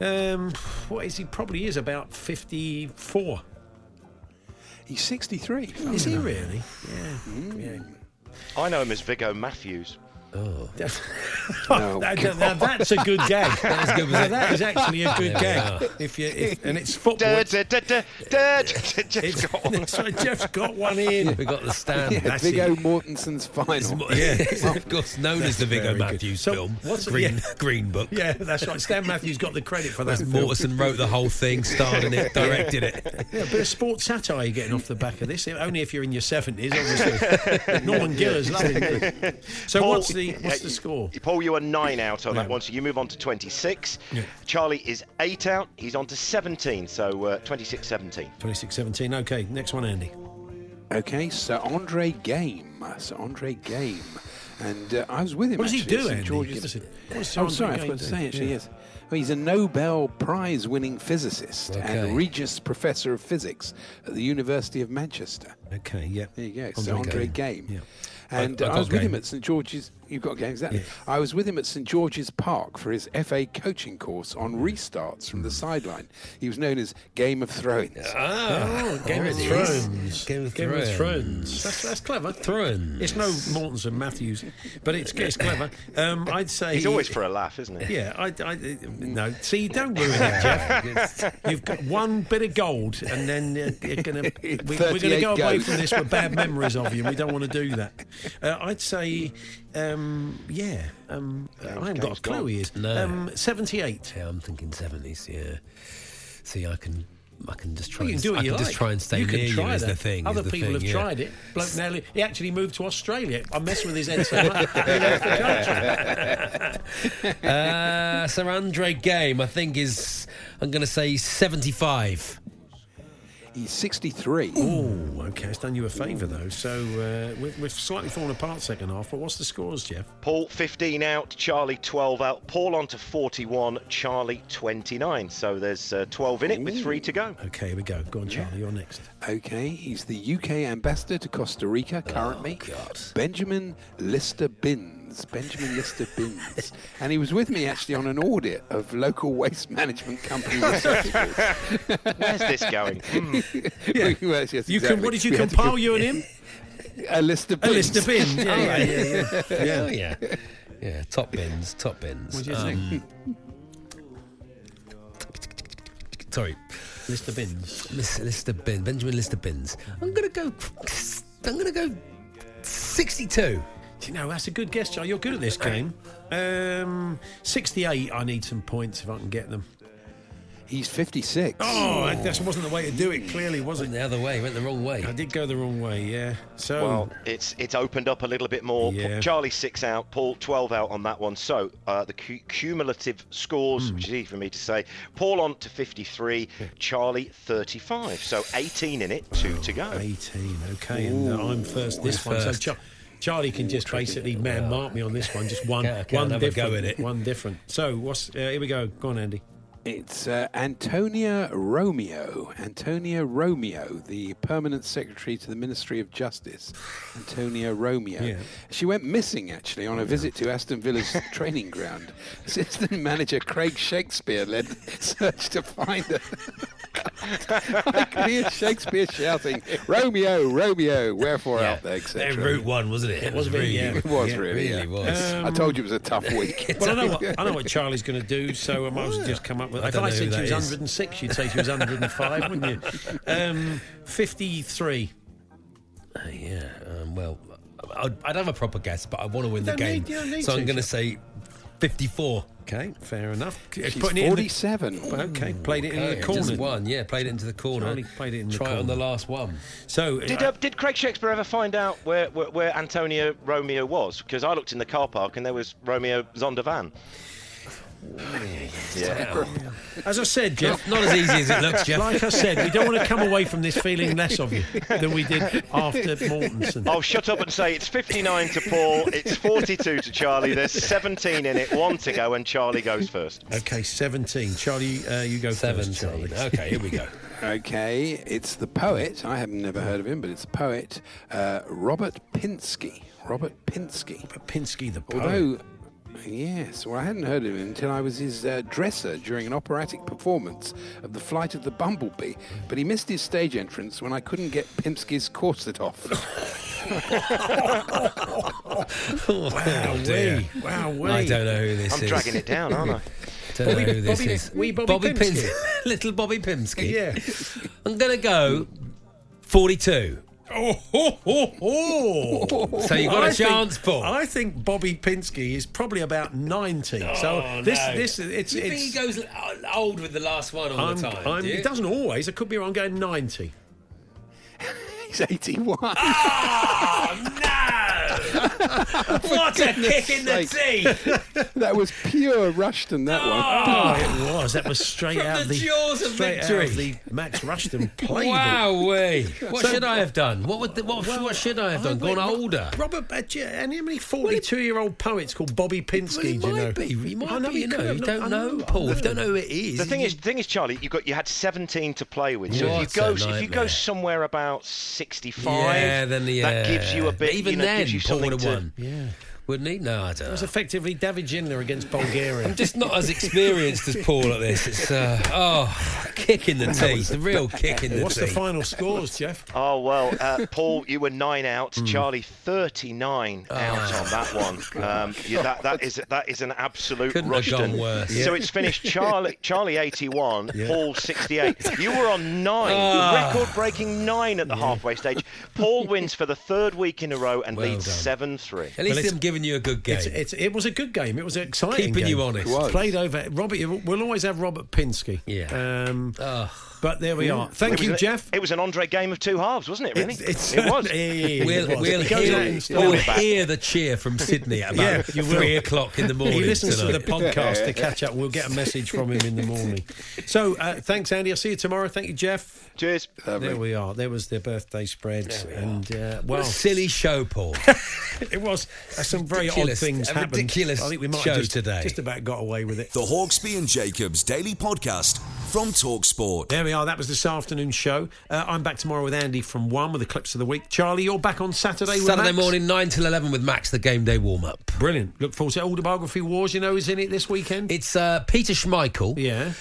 Speaker 3: Um, what is he? Probably is about 54.
Speaker 9: He's 63.
Speaker 3: Is he really? Yeah.
Speaker 10: I know him as Vigo Matthews.
Speaker 4: Oh.
Speaker 3: Oh, that- now that's a good gag.
Speaker 10: That is good, was
Speaker 3: Now
Speaker 10: it?
Speaker 3: that is actually a good
Speaker 10: There we
Speaker 3: gag.
Speaker 10: are.
Speaker 3: If you if, and it's football.
Speaker 10: Da, da, da, da, Jeff's got one.
Speaker 3: So Jeff's got one in.
Speaker 4: We got the stand.
Speaker 9: Yeah,
Speaker 4: That's
Speaker 9: Viggo
Speaker 4: it.
Speaker 9: Mortensen's final.
Speaker 4: Yeah, of course, known
Speaker 3: That's
Speaker 4: as the Viggo
Speaker 3: very good.
Speaker 4: Matthews
Speaker 3: So,
Speaker 4: film.
Speaker 3: what's-
Speaker 4: Green,
Speaker 3: yeah.
Speaker 4: Green Book.
Speaker 3: Yeah, that's right. Stan Matthews got the credit for that. film.
Speaker 4: Mortensen wrote the whole thing, starred in it, directed it.
Speaker 3: Yeah, a bit of sports satire you're getting off the back of this. Only if you're in your seventies, obviously. Norman Giller's loving it. So
Speaker 10: Paul-
Speaker 3: what's the what's the score?
Speaker 10: Paul, you are nine out on that one, so you move on to 26. Charlie is eight out. He's on to 17, so uh, 26 17.
Speaker 3: 26-17. Okay, next one, Andy.
Speaker 9: Okay, Sir Andre Game. Sir Andre Game. And uh, I was with him.
Speaker 3: What does he
Speaker 9: actually,
Speaker 3: do,
Speaker 9: at St.
Speaker 3: Andy?
Speaker 9: George's-
Speaker 3: Give us a- what's Sir
Speaker 9: oh,
Speaker 3: Andre
Speaker 9: sorry, I
Speaker 3: Game
Speaker 9: forgot to
Speaker 3: do?
Speaker 9: say, actually,
Speaker 3: Yeah.
Speaker 9: yes. Well, he's a Nobel Prize winning physicist
Speaker 3: Okay.
Speaker 9: and Regius Professor of Physics at the University of Manchester.
Speaker 3: Okay, yeah.
Speaker 9: There you go,
Speaker 3: Andre
Speaker 9: Sir Andre Game.
Speaker 3: Game. Yeah.
Speaker 9: And
Speaker 3: I- I
Speaker 9: I,
Speaker 3: got
Speaker 9: was with
Speaker 3: Game.
Speaker 9: him at St George's. You've got games, exactly. I was with him at St George's Park for his FA coaching course on
Speaker 3: Mm.
Speaker 9: restarts from the sideline. He was known as Game of Thrones.
Speaker 3: Oh, Game
Speaker 4: there
Speaker 3: of
Speaker 4: it is.
Speaker 3: Thrones.
Speaker 4: Game of
Speaker 3: Thrones.
Speaker 4: Thrones.
Speaker 3: That's, that's clever.
Speaker 4: Thrones.
Speaker 3: It's no Mortons and Matthews, but it's, it's clever. Um, I'd say
Speaker 10: He's always for a laugh, isn't he?
Speaker 3: Yeah, I, I, no. See, don't ruin it, Jeff. You've got one bit of gold, and then uh, you're gonna we, we're gonna
Speaker 9: 38
Speaker 3: go away
Speaker 9: goats.
Speaker 3: from this with bad memories of you. and We don't want to do that. Uh, I'd say, um, yeah, um, I haven't got
Speaker 4: Game's
Speaker 3: a clue.
Speaker 4: gone.
Speaker 3: He is
Speaker 4: No.
Speaker 3: um, seventy-eight.
Speaker 4: Yeah, I'm thinking 70s. Yeah. See, I can, I can just try.
Speaker 3: You can
Speaker 4: and,
Speaker 3: do what
Speaker 4: I
Speaker 3: you
Speaker 4: can
Speaker 3: like.
Speaker 4: just try and stay
Speaker 3: you
Speaker 4: near
Speaker 3: can try
Speaker 4: you. Is
Speaker 3: that.
Speaker 4: the thing. is
Speaker 3: Other
Speaker 4: the
Speaker 3: people
Speaker 4: thing,
Speaker 3: have
Speaker 4: yeah.
Speaker 3: tried it. Bloke nearly, he actually moved to Australia. I mess with his head so much. he left the country.
Speaker 4: uh, Sir Andre Game, I think is I'm going to say 75.
Speaker 9: He's 63.
Speaker 3: Oh, okay. It's done you a favour, though. So uh, we've, we've slightly fallen apart second half, but what's the scores, Jeff?
Speaker 10: Paul 15 out, Charlie 12 out, Paul on to 41, Charlie 29. So there's uh, 12 in it with three to go.
Speaker 3: Okay, here we go. Go on, Charlie. You're next.
Speaker 9: Okay, he's the UK ambassador to Costa Rica
Speaker 3: Oh,
Speaker 9: currently. Benjamin Lister Binns. Benjamin Lister Binns. and he was with me actually on an audit of local waste management company receptacles.
Speaker 10: Where's this going? Hmm.
Speaker 9: yeah. yes, yes,
Speaker 3: You
Speaker 9: exactly.
Speaker 3: can. What did you
Speaker 9: We had to
Speaker 3: compile?
Speaker 9: give-
Speaker 3: you and him?
Speaker 9: A list of
Speaker 3: A
Speaker 9: bins. Oh,
Speaker 3: list of bins. Yeah, yeah, yeah, yeah.
Speaker 4: Oh, yeah. Yeah, top bins, top bins. Um,
Speaker 3: What do you think?
Speaker 4: Sorry.
Speaker 3: Lister Bins.
Speaker 4: Lister Bins. Benjamin Lister Bins. I'm going to go I'm going to go 62.
Speaker 3: Do you know, that's a good guess, Joe. You're good at this game. Um, 68, I need some points if I can get them.
Speaker 9: He's 56.
Speaker 3: Oh, that that wasn't the way to do it, clearly, was it?
Speaker 4: the other way, went the wrong way.
Speaker 3: I did go the wrong way, yeah. So,
Speaker 10: Well, it's it's opened up a little bit more. Pa-
Speaker 3: Yeah.
Speaker 10: Charlie six out, Paul twelve out on that one. So uh, the cu- cumulative scores,
Speaker 3: Hmm.
Speaker 10: which is easy for me to say, Paul on to fifty three, Charlie thirty five. So eighteen in it, two to go.
Speaker 3: 18, Oh, okay. And uh,
Speaker 10: Ooh.
Speaker 3: I'm first this
Speaker 4: You're
Speaker 3: one.
Speaker 4: first.
Speaker 3: So, Char- Charlie can just basically man mark me on this one, just one,
Speaker 4: Okay, okay,
Speaker 3: one
Speaker 4: I'll have a go
Speaker 3: different,
Speaker 4: at it.
Speaker 3: one different. So what's uh, here we go? Go on, Andy.
Speaker 9: It's uh, Antonia Romeo. Antonia Romeo, the permanent secretary to the Ministry of Justice. Antonia Romeo.
Speaker 3: Yeah.
Speaker 9: She went missing, actually, on a visit to Aston Villa's training ground. Assistant manager Craig Shakespeare led the search to find her. I could hear Shakespeare shouting, Romeo, Romeo, wherefore out there,
Speaker 4: Their
Speaker 9: etc.
Speaker 4: route one, wasn't it? It was
Speaker 3: really-
Speaker 4: really,
Speaker 3: yeah.
Speaker 9: It was
Speaker 3: Yeah,
Speaker 9: really,
Speaker 4: really
Speaker 9: yeah.
Speaker 4: was.
Speaker 9: I told you it was a tough week.
Speaker 3: Well, I know what I know what Charlie's going to do, so I might as well just come up with.
Speaker 4: I
Speaker 3: If
Speaker 4: don't
Speaker 3: I
Speaker 4: know
Speaker 3: said
Speaker 4: who
Speaker 3: she was
Speaker 4: that is.
Speaker 3: 106, you'd say she was 105, wouldn't you? Um, 53.
Speaker 4: Uh, yeah, um, well, I'd, I'd have a proper guess, but I want to win the
Speaker 3: Don't
Speaker 4: game.
Speaker 3: need- you don't need
Speaker 4: so I'm
Speaker 3: to.
Speaker 4: going to say 54.
Speaker 3: Okay, fair enough.
Speaker 9: She's
Speaker 3: Putting it in the-
Speaker 9: 47.
Speaker 3: okay, played it into
Speaker 4: Okay,
Speaker 3: the
Speaker 4: just
Speaker 3: corner.
Speaker 4: One, yeah, played it into the corner.
Speaker 3: Charlie played it in the
Speaker 4: Try it on
Speaker 3: corner.
Speaker 4: the last one.
Speaker 3: So
Speaker 10: Did uh, did Craig Shakespeare ever find out where where, where Antonio Romeo was? Because I looked in the car park and there was Romeo Zondervan. Yeah.
Speaker 3: As I said, Jeff,
Speaker 4: Not as easy as it looks, Jeff.
Speaker 3: like I said, we don't want to come away from this feeling less of you than we did after Mortensen.
Speaker 10: I'll Oh, shut up and say it's 59 to Paul, it's 42 to Charlie. There's 17 in it, one to go, and Charlie goes first.
Speaker 3: Okay, 17. Charlie, uh, you go
Speaker 4: 17.
Speaker 3: first, Charlie.
Speaker 4: Okay, here we go.
Speaker 9: Okay, it's the poet. I have never heard of him, but it's the poet uh, Robert Pinsky. Robert Pinsky.
Speaker 3: Pinsky the poet.
Speaker 9: Although, yes, well, I hadn't heard of him until I was his uh, dresser during an operatic performance of The Flight of the Bumblebee. But he missed his stage entrance when I couldn't get Pinsky's corset off.
Speaker 4: wow,
Speaker 3: Wowee, wowee.
Speaker 4: Oh, I don't know who this
Speaker 10: I'm
Speaker 4: is.
Speaker 10: dragging it down, aren't I?
Speaker 4: Don't know who this
Speaker 3: Bobby-
Speaker 4: is.
Speaker 3: wee Bobby Pimsky.
Speaker 4: Little Bobby Pimsky.
Speaker 3: Yeah.
Speaker 4: I'm going to go 42.
Speaker 3: Oh, ho, ho, ho.
Speaker 4: So you got a
Speaker 3: I think-
Speaker 4: chance, Paul.
Speaker 3: I think Bobby Pinsky is probably about 90.
Speaker 4: Oh,
Speaker 3: so this, this, it's,
Speaker 4: you
Speaker 3: it's.
Speaker 4: think he goes l- old with the last one all
Speaker 3: I'm,
Speaker 4: the time?
Speaker 3: I'm,
Speaker 4: do you?
Speaker 3: it doesn't always. I could be wrong. I'm going 90.
Speaker 9: He's 81.
Speaker 4: Ah, Oh no! what a kick in the teeth!
Speaker 9: that was pure Rushton, that one.
Speaker 3: Oh, it was. That was straight
Speaker 4: From
Speaker 3: out
Speaker 4: the jaws of
Speaker 3: straight out
Speaker 4: victory.
Speaker 3: of the Max Rushton playbook.
Speaker 4: Wowee! What
Speaker 3: So-
Speaker 4: should I have done? What would the, what, what should I have done?
Speaker 3: I
Speaker 4: Gone
Speaker 3: went-
Speaker 4: older?
Speaker 3: Robert, uh, do you- and how many 42 year old poets called Bobby Pinsky?
Speaker 4: Well, he
Speaker 3: do you
Speaker 4: might
Speaker 3: know?
Speaker 4: be. He might
Speaker 3: I know
Speaker 4: be. You
Speaker 3: he
Speaker 4: know,
Speaker 3: could.
Speaker 4: you
Speaker 3: Look, I
Speaker 4: don't know,
Speaker 3: I
Speaker 4: Paul. If you don't know who it is.
Speaker 10: The thing is, the thing is, Charlie, you got you had 17 to play with. So
Speaker 4: What
Speaker 10: if you go,
Speaker 4: a
Speaker 10: if you
Speaker 4: nightmare.
Speaker 10: go somewhere about 65,
Speaker 4: yeah, then the,
Speaker 10: that gives you a bit.
Speaker 4: Even
Speaker 10: you know,
Speaker 4: then,
Speaker 10: gives you
Speaker 4: Paul
Speaker 10: something
Speaker 4: would have
Speaker 10: to-
Speaker 4: won.
Speaker 3: Yeah.
Speaker 4: Wouldn't he? No, I
Speaker 3: It
Speaker 4: don't
Speaker 3: was
Speaker 4: know.
Speaker 3: effectively David Gindler against Bulgaria.
Speaker 4: I'm just not as experienced as Paul at this. It's uh, oh, kick in the teeth, the real kick in the
Speaker 3: What's the
Speaker 4: teeth.
Speaker 3: final scores, Jeff?
Speaker 10: Oh well, uh, Paul, you were nine out.
Speaker 4: Hmm.
Speaker 10: Charlie, 39 out
Speaker 4: Ah.
Speaker 10: on that one. Um, yeah, that that is that is an absolute
Speaker 4: Couldn't have
Speaker 10: Rushton.
Speaker 4: gone worse.
Speaker 10: So it's finished. Charlie, Charlie, 81. Paul, 68. You were on nine,
Speaker 4: Ah.
Speaker 10: record-breaking nine at the halfway stage. Paul wins for the third week in a row and
Speaker 4: Well
Speaker 10: leads
Speaker 4: done.
Speaker 10: seven-three.
Speaker 4: At least
Speaker 3: it's-
Speaker 4: I'm giving you a good game.
Speaker 3: It's, it's, it was a good game. It was an exciting.
Speaker 4: Keeping you
Speaker 3: game.
Speaker 4: honest. It
Speaker 9: was.
Speaker 3: Played over. Robert, you- we'll always have Robert Pinsky.
Speaker 4: Yeah.
Speaker 3: Um,
Speaker 4: Ugh.
Speaker 3: but there we are.
Speaker 10: It
Speaker 3: Thank
Speaker 10: was
Speaker 3: you,
Speaker 10: a-
Speaker 3: Jeff.
Speaker 10: It was an Andre game of two halves, wasn't it? Really,
Speaker 3: It's- it's-
Speaker 10: it was.
Speaker 3: Hey,
Speaker 4: We'll,
Speaker 3: it was.
Speaker 4: we'll,
Speaker 3: It goes out
Speaker 4: hear,
Speaker 3: in style.
Speaker 4: we'll hear the cheer from Sydney at about
Speaker 3: Yeah, you will.
Speaker 4: three o'clock in the morning.
Speaker 3: He listens
Speaker 4: tonight.
Speaker 3: to the podcast to catch up. We'll get a message from him in the morning. So uh, thanks, Andy. I'll see you tomorrow. Thank you, Jeff.
Speaker 10: Cheers.
Speaker 3: There we are. There was the birthday spreads, and uh,
Speaker 4: What
Speaker 3: well,
Speaker 4: a silly show, Paul.
Speaker 3: it was uh, some very odd
Speaker 4: Ridiculous-
Speaker 3: things
Speaker 4: a
Speaker 3: happened.
Speaker 4: ridiculous
Speaker 3: I think we might
Speaker 4: show
Speaker 3: have just,
Speaker 4: today.
Speaker 3: Just about got away with it.
Speaker 2: The Hawksby and Jacobs Daily Podcast from Talksport.
Speaker 3: There we are. That was this afternoon's show. Uh, I'm back tomorrow with Andy from one with the clips of the week. Charlie, you're back on Saturday. with
Speaker 4: Saturday
Speaker 3: Max?
Speaker 4: morning, nine till eleven with Max, the game day warm up.
Speaker 3: Brilliant. Look forward to it. Autobiography Wars. You know, is in it this weekend.
Speaker 4: It's uh, Peter Schmeichel,
Speaker 3: yeah.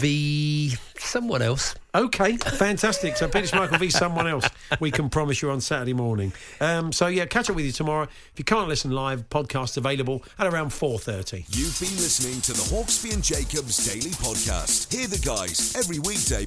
Speaker 4: the someone else.
Speaker 3: Okay, fantastic. So Peter Schmeichel v someone else, we can promise you on Saturday morning. Um, so yeah, catch up with you tomorrow. If you can't listen live, podcast available at around four thirty.
Speaker 2: You've been listening to the Hawksby and Jacobs Daily Podcast. Hear the guys every weekday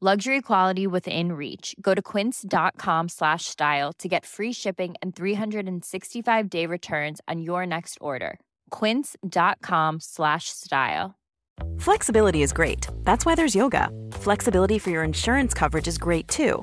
Speaker 12: Luxury quality within reach. Go to quince.com slash style to get free shipping and 365 day returns on your next order. Quince.com slash style.
Speaker 13: Flexibility is great. That's why there's yoga. Flexibility for your insurance coverage is great too.